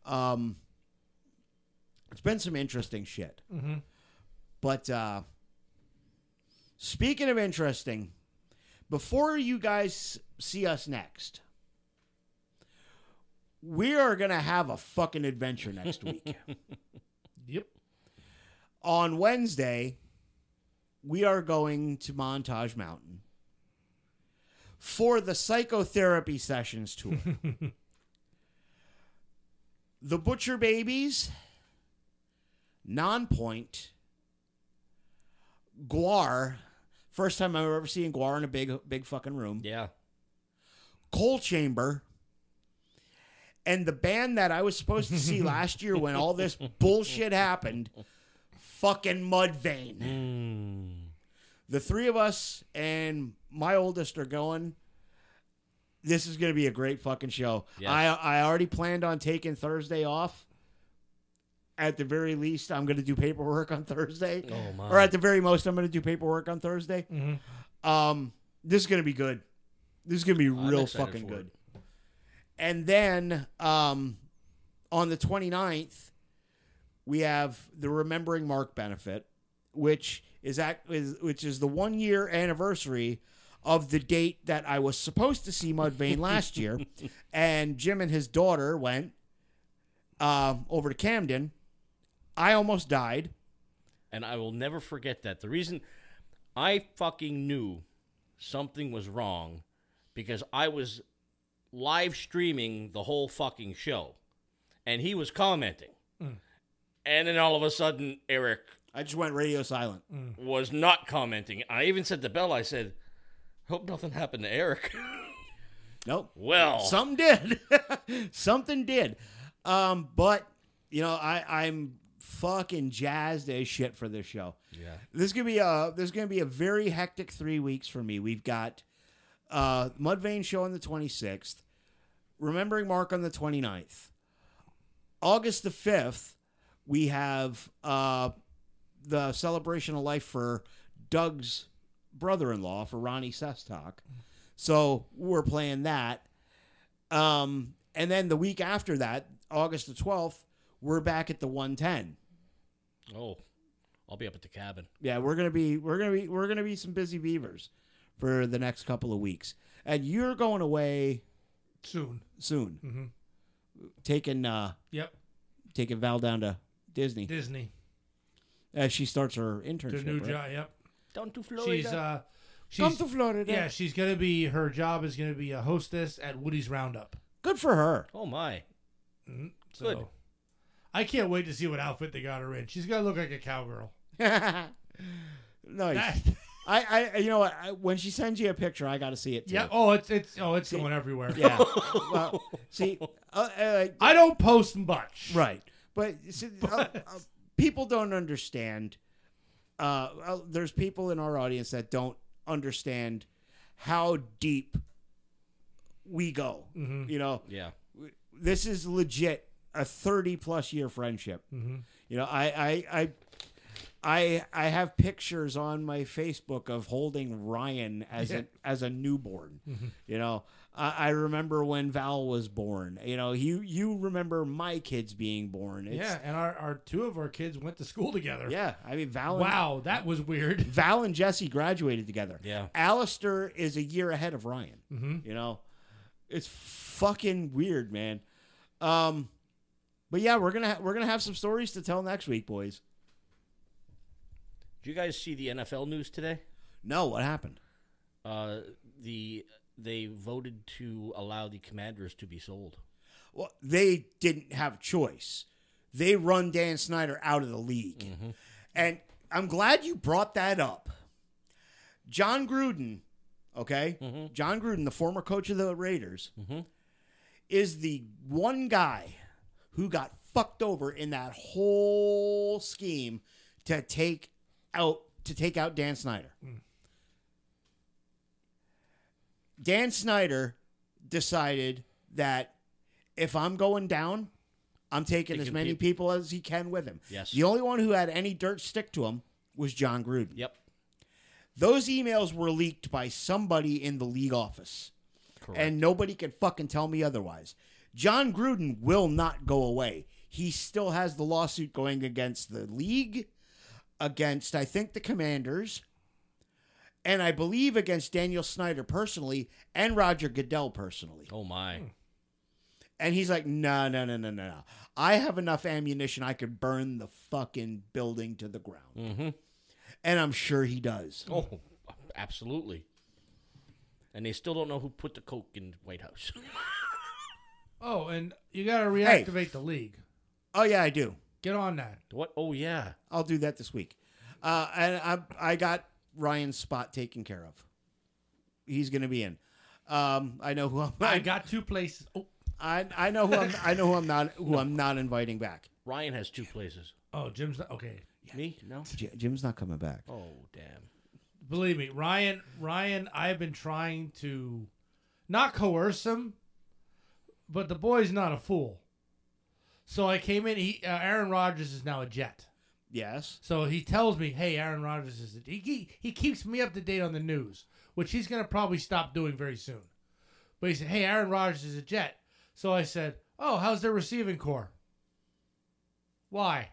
S4: Um, it's been some interesting shit. But uh, speaking of interesting, before you guys see us next, we are gonna have a fucking adventure next week.
S3: Yep.
S4: on Wednesday, we are going to Montage Mountain for the psychotherapy sessions tour. the Butcher Babies, Nonpoint, Guar. First time I've ever seen Guar in a big, big fucking room.
S2: Yeah.
S4: Coal Chamber, and the band that I was supposed to see last year when all this bullshit happened, fucking Mudvayne. Mm. The three of us and my oldest are going. This is going to be a great fucking show.
S2: Yes.
S4: I I already planned on taking Thursday off. At the very least, I'm going to do paperwork on Thursday.
S2: Oh, my.
S4: Or at the very most, I'm going to do paperwork on Thursday. Um, this is going to be good. This is going to be
S2: I'm
S4: real
S2: excited
S4: fucking
S2: for it.
S4: good. And then um, on the 29th, we have the Remembering Mark benefit, which is at, is which is the one year anniversary of the date that I was supposed to see Mudvayne last year, and Jim and his daughter went um, over to Camden. I almost died.
S2: And I will never forget that. The reason I fucking knew something was wrong because I was live streaming the whole fucking show and he was commenting.
S4: Mm.
S2: And then all of a sudden, Eric
S4: I just went radio silent.
S2: Mm. was not commenting. I even said to Bella, I said, Hope nothing happened to Eric.
S4: Nope.
S2: well,
S4: Something did. Something did. Um, but you know, I, I'm fucking jazzed as shit for this show. Yeah. This is gonna be a there's gonna be a very hectic three weeks for me. We've got uh Mudvayne show on the 26th, Remembering Mark on the 29th. August the 5th, we have uh the celebration of life for Doug's brother-in-law for Ronnie Sestock. So we're playing that. Um, and then the week after that, August the 12th, we're back at the 110.
S2: oh, I'll be up at the cabin.
S4: Yeah, we're going to be we're going to be we're going to be some busy beavers for the next couple of weeks. And you're going away
S3: Soon.
S4: soon.
S3: Mm-hmm.
S4: Taking uh
S3: Yep.
S4: taking Val down to Disney
S3: Disney.
S4: as she starts her
S3: Their
S4: internship.
S3: new
S4: right?
S3: job. Yep.
S2: Down to Florida.
S3: She's uh. She's,
S4: Come to Florida.
S3: Yeah, she's gonna be. Her job is gonna be a hostess at Woody's Roundup.
S4: Good for her.
S2: oh, my.
S3: Mhm. So,
S2: Good.
S3: I can't wait to see what outfit they got her in. She's gonna look like a cowgirl.
S4: nice.
S3: That
S4: I, I, I- you know, what, I, when she sends you a picture, I got to see it. Too.
S3: Yeah. Oh, it's it's oh, it's going everywhere.
S4: Yeah. well, see, uh, uh,
S3: I don't post much.
S4: Right. But see, uh, uh, people don't understand. Uh, uh, there's people in our audience that don't understand how deep we go. You know,
S2: Yeah.
S4: this is legit a 30 plus year friendship.
S3: Mm-hmm.
S4: You know, I, I, I, I, I have pictures on my Facebook of holding Ryan as a as a newborn.
S3: Mm-hmm.
S4: You know, I, I remember when Val was born. You know, you you remember my kids being born. It's,
S3: Yeah, and our, our two of our kids went to school together.
S4: yeah. I mean, Val. And,
S3: Wow, that was weird.
S4: Val and Jesse graduated together.
S2: Yeah.
S4: Alistair is a year ahead of Ryan. You know, it's fucking weird, man. Um, but yeah, we're gonna ha- we're gonna have some stories to tell next week, boys.
S2: Did you guys see the NFL news today?
S4: No, what happened?
S2: Uh, the they voted to allow the Commanders to be sold.
S4: Well, they didn't have a choice. They run Dan Snyder out of the league. And I'm glad you brought that up. John Gruden, okay? John Gruden, the former coach of the Raiders, is the one guy who got fucked over in that whole scheme to take out to take out Dan Snyder. Dan Snyder decided that if I'm going down, I'm taking as
S2: Taking
S4: many
S2: peop-
S4: people as he can with him.
S2: Yes.
S4: The only one who had any dirt stick to him was John Gruden.
S2: Yep.
S4: Those emails were leaked by somebody in the league office. And nobody can fucking tell me otherwise. John Gruden will not go away. He still has the lawsuit going against the league, against, I think, the commanders, and I believe against Daniel Snyder personally and Roger Goodell personally.
S2: Oh my.
S4: And he's like, no, no, no, no, no, no. I have enough ammunition. I could burn the fucking building to the ground. And I'm sure he does.
S2: Mm-hmm. Oh, absolutely. And they still don't know who put the coke in the White House.
S3: Oh, and you got to reactivate the league.
S4: Oh, yeah, I do.
S3: Get on that.
S2: what? Oh yeah.
S4: I'll do that this week. Uh, and I, I got Ryan's spot taken care of. He's going to be in. Um, I know who I'm.
S3: I
S4: I,
S3: got two places. Oh,
S4: I, know who I'm. I know who I'm not. Who I'm not inviting back.
S2: Ryan has two places.
S3: oh, Jim's not, okay.
S2: Me? No.
S4: J- Jim's not coming back.
S2: Oh damn.
S3: Believe me, Ryan. Ryan, I've been trying to not coerce him, but the boy's not a fool. So I came in. He uh, Aaron Rodgers is now a Jet.
S4: Yes.
S3: So he tells me, "Hey, Aaron Rodgers is he, he he keeps me up to date on the news, which he's gonna probably stop doing very soon." But he said, "Hey, Aaron Rodgers is a Jet." So I said, "Oh, how's their receiving core? Why?"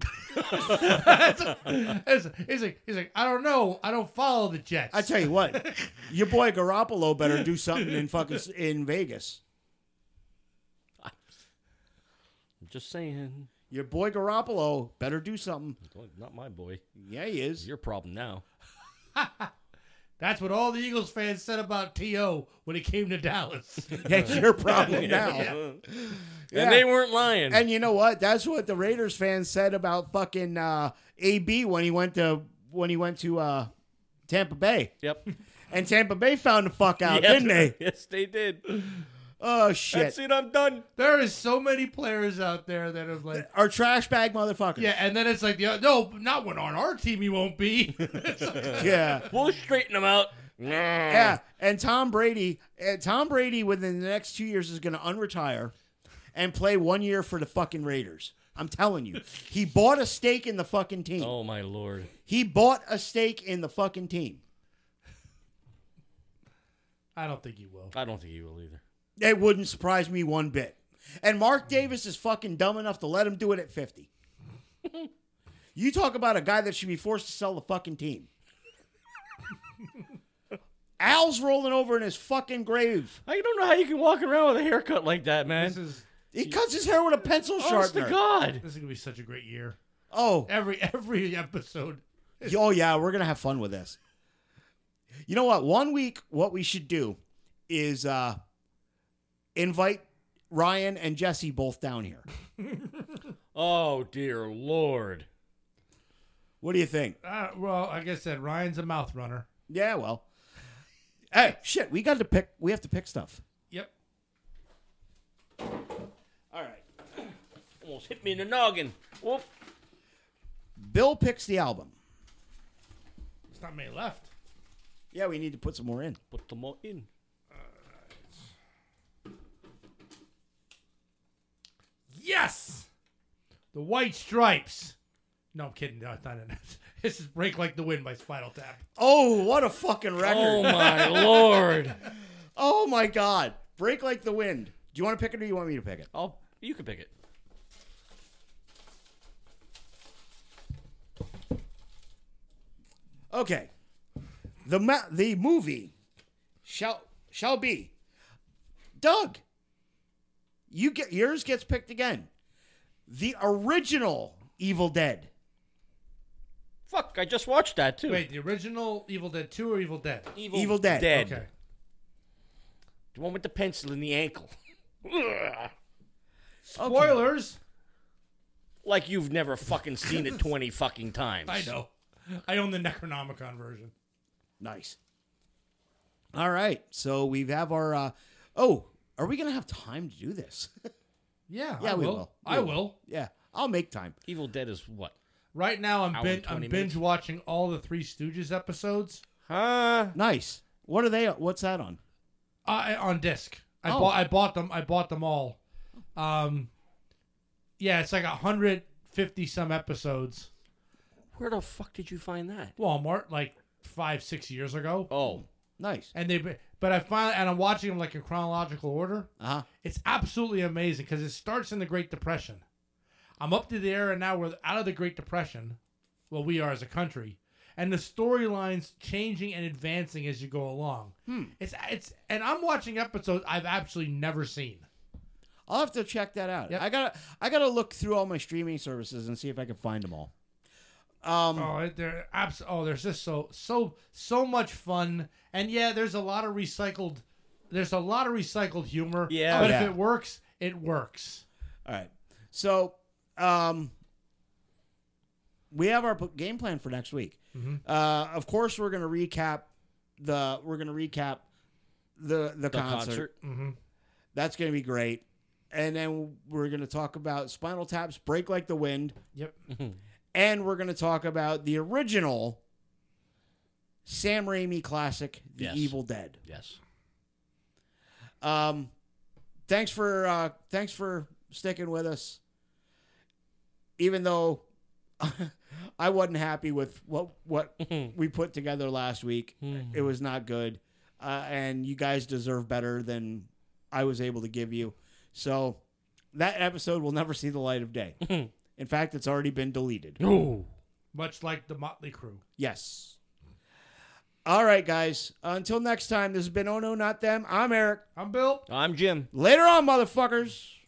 S3: It's- he's like, he's like, I don't know. I don't follow the Jets.
S4: I tell you what, your boy Garoppolo better do something in fucking s- in Vegas.
S2: I'm just saying.
S4: Your boy Garoppolo better do something.
S2: Well, Not my boy.
S4: Yeah, he
S2: It's
S4: is.
S2: your problem now.
S3: That's what all the Eagles fans said about To when it came to Dallas.
S4: That's your problem now. Yeah.
S2: And they weren't lying.
S4: And you know what? That's what the Raiders fans said about fucking uh, AB when he went to when he went to uh, Tampa Bay.
S2: yep.
S4: And Tampa Bay found the fuck out,
S2: Yep.
S4: didn't they?
S2: Yes, they did.
S4: Oh
S2: That's
S4: shit!
S2: it. I'm done.
S3: there is so many players out there that have like.
S4: Our trash bag motherfuckers.
S3: Yeah, and then it's like the oth- no, not when on our team you won't be.
S4: yeah,
S2: We'll straighten them out.
S4: yeah. And Tom Brady, uh, Tom Brady, within the next two years is going to unretire and play one year for the fucking Raiders. I'm telling you, he bought a stake in the fucking team.
S2: Oh my lord.
S4: He bought a stake in the fucking team.
S3: I don't think you will.
S2: I don't think he will either.
S4: It wouldn't surprise me one bit. And Mark Davis is fucking dumb enough to let him do it at 50. you talk about a guy that should be forced to sell the fucking team. Al's rolling over in his fucking grave.
S2: I don't know how you can walk around with a haircut like that, man.
S3: This is
S4: He cuts his hair with a pencil
S2: Honest to
S4: sharpener.
S2: God.
S3: this is gonna be such a great year.
S4: Oh,
S3: Every every episode.
S4: oh yeah, we're gonna have fun with this. You know what? One week, what we should do is uh, invite Ryan and Jesse both down here.
S2: Oh dear lord.
S4: What do you think?
S3: Uh, well, like I said, Ryan's a mouth runner.
S4: Yeah, well. Hey, shit, we got to pick. We have to pick stuff.
S3: Yep.
S4: All right.
S2: Almost hit me in the noggin. Whoop.
S4: Bill picks the album.
S3: It's not many left.
S4: Yeah, we need to put some more in.
S2: Put them all in.
S3: Yes. The White Stripes. No, I'm kidding. No, it's not in it. This is "Break Like the Wind" by Spinal Tap.
S4: Oh, what a fucking
S2: Oh
S4: record! Oh,
S2: my lord.
S4: my god, break like the wind. Do you want to pick it or you want me to pick it?
S2: I'll, you can pick it.
S4: Okay. The ma- the movie shall shall be. Doug, you get yours gets picked again. The original Evil Dead.
S2: Fuck, I just watched that too.
S3: Wait, the original Evil Dead Two or Evil Dead?
S2: Evil,
S4: Evil Dead.
S3: Okay.
S2: The one with the pencil in the ankle.
S3: Spoilers.
S2: Like you've never fucking seen it 20 fucking times.
S3: I know. I own the Necronomicon version.
S4: Nice. All right. So we have our uh oh, are we gonna have time to do this?
S3: Yeah.
S4: yeah,
S3: I
S4: we
S3: will.
S4: will.
S3: I
S4: We
S3: will.
S4: Yeah. I'll make time.
S2: Evil Dead is what?
S3: Right now, I'm,
S2: Hour
S3: bin-
S2: and 20
S3: I'm
S2: minutes.
S3: binge watching all the Three Stooges episodes
S2: Huh?
S4: Nice. What are they what's that on?
S3: uh, on disc. I
S4: Oh.
S3: bought. I bought them. I bought them all. Um, yeah, it's like hundred fifty some episodes.
S2: Where the fuck did you find that?
S3: Walmart, like five six years ago.
S2: Oh,
S4: Nice.
S3: and they but I finally and I'm watching them like in chronological order.
S4: Uh-huh.
S3: It's absolutely amazing because it starts in the Great Depression. I'm up to the era now. We're out of the Great Depression. Well, we are as a country, and the storylines changing and advancing as you go along. It's it's and I'm watching episodes I've absolutely never seen.
S4: I'll have to check that out.
S3: Yep.
S4: I gotta I gotta look through all my streaming services and see if I can find them all. Um
S3: Oh, they're abs- Oh, there's just so so so much fun, and yeah, there's a lot of recycled. There's a lot of recycled humor.
S2: Yeah.
S3: but
S4: Yeah.
S3: if it works, it works.
S4: All right. So, um, we have our p- game plan for next week.
S2: Mm-hmm.
S4: Uh, of course, we're going to recap the we're going to recap the the,
S2: the
S4: concert.
S2: concert.
S4: That's going to be great. And then we're going to talk about Spinal Tap's "Break Like the Wind,"
S3: Yep.
S4: and we're going to talk about the original Sam Raimi classic, The
S2: Yes.
S4: Evil Dead.
S2: Yes.
S4: Um, thanks for uh, thanks for sticking with us. Even though I wasn't happy with what what we put together last week, it was not good, uh, and you guys deserve better than I was able to give you. So that episode will never see the light of day. In fact, it's already been deleted.
S3: No. Much like the Motley Crew.
S4: Yes. All right, guys. Until next time, this has been Oh No Not Them. I'm Eric.
S3: I'm Bill.
S2: I'm Jim.
S4: Later on, motherfuckers.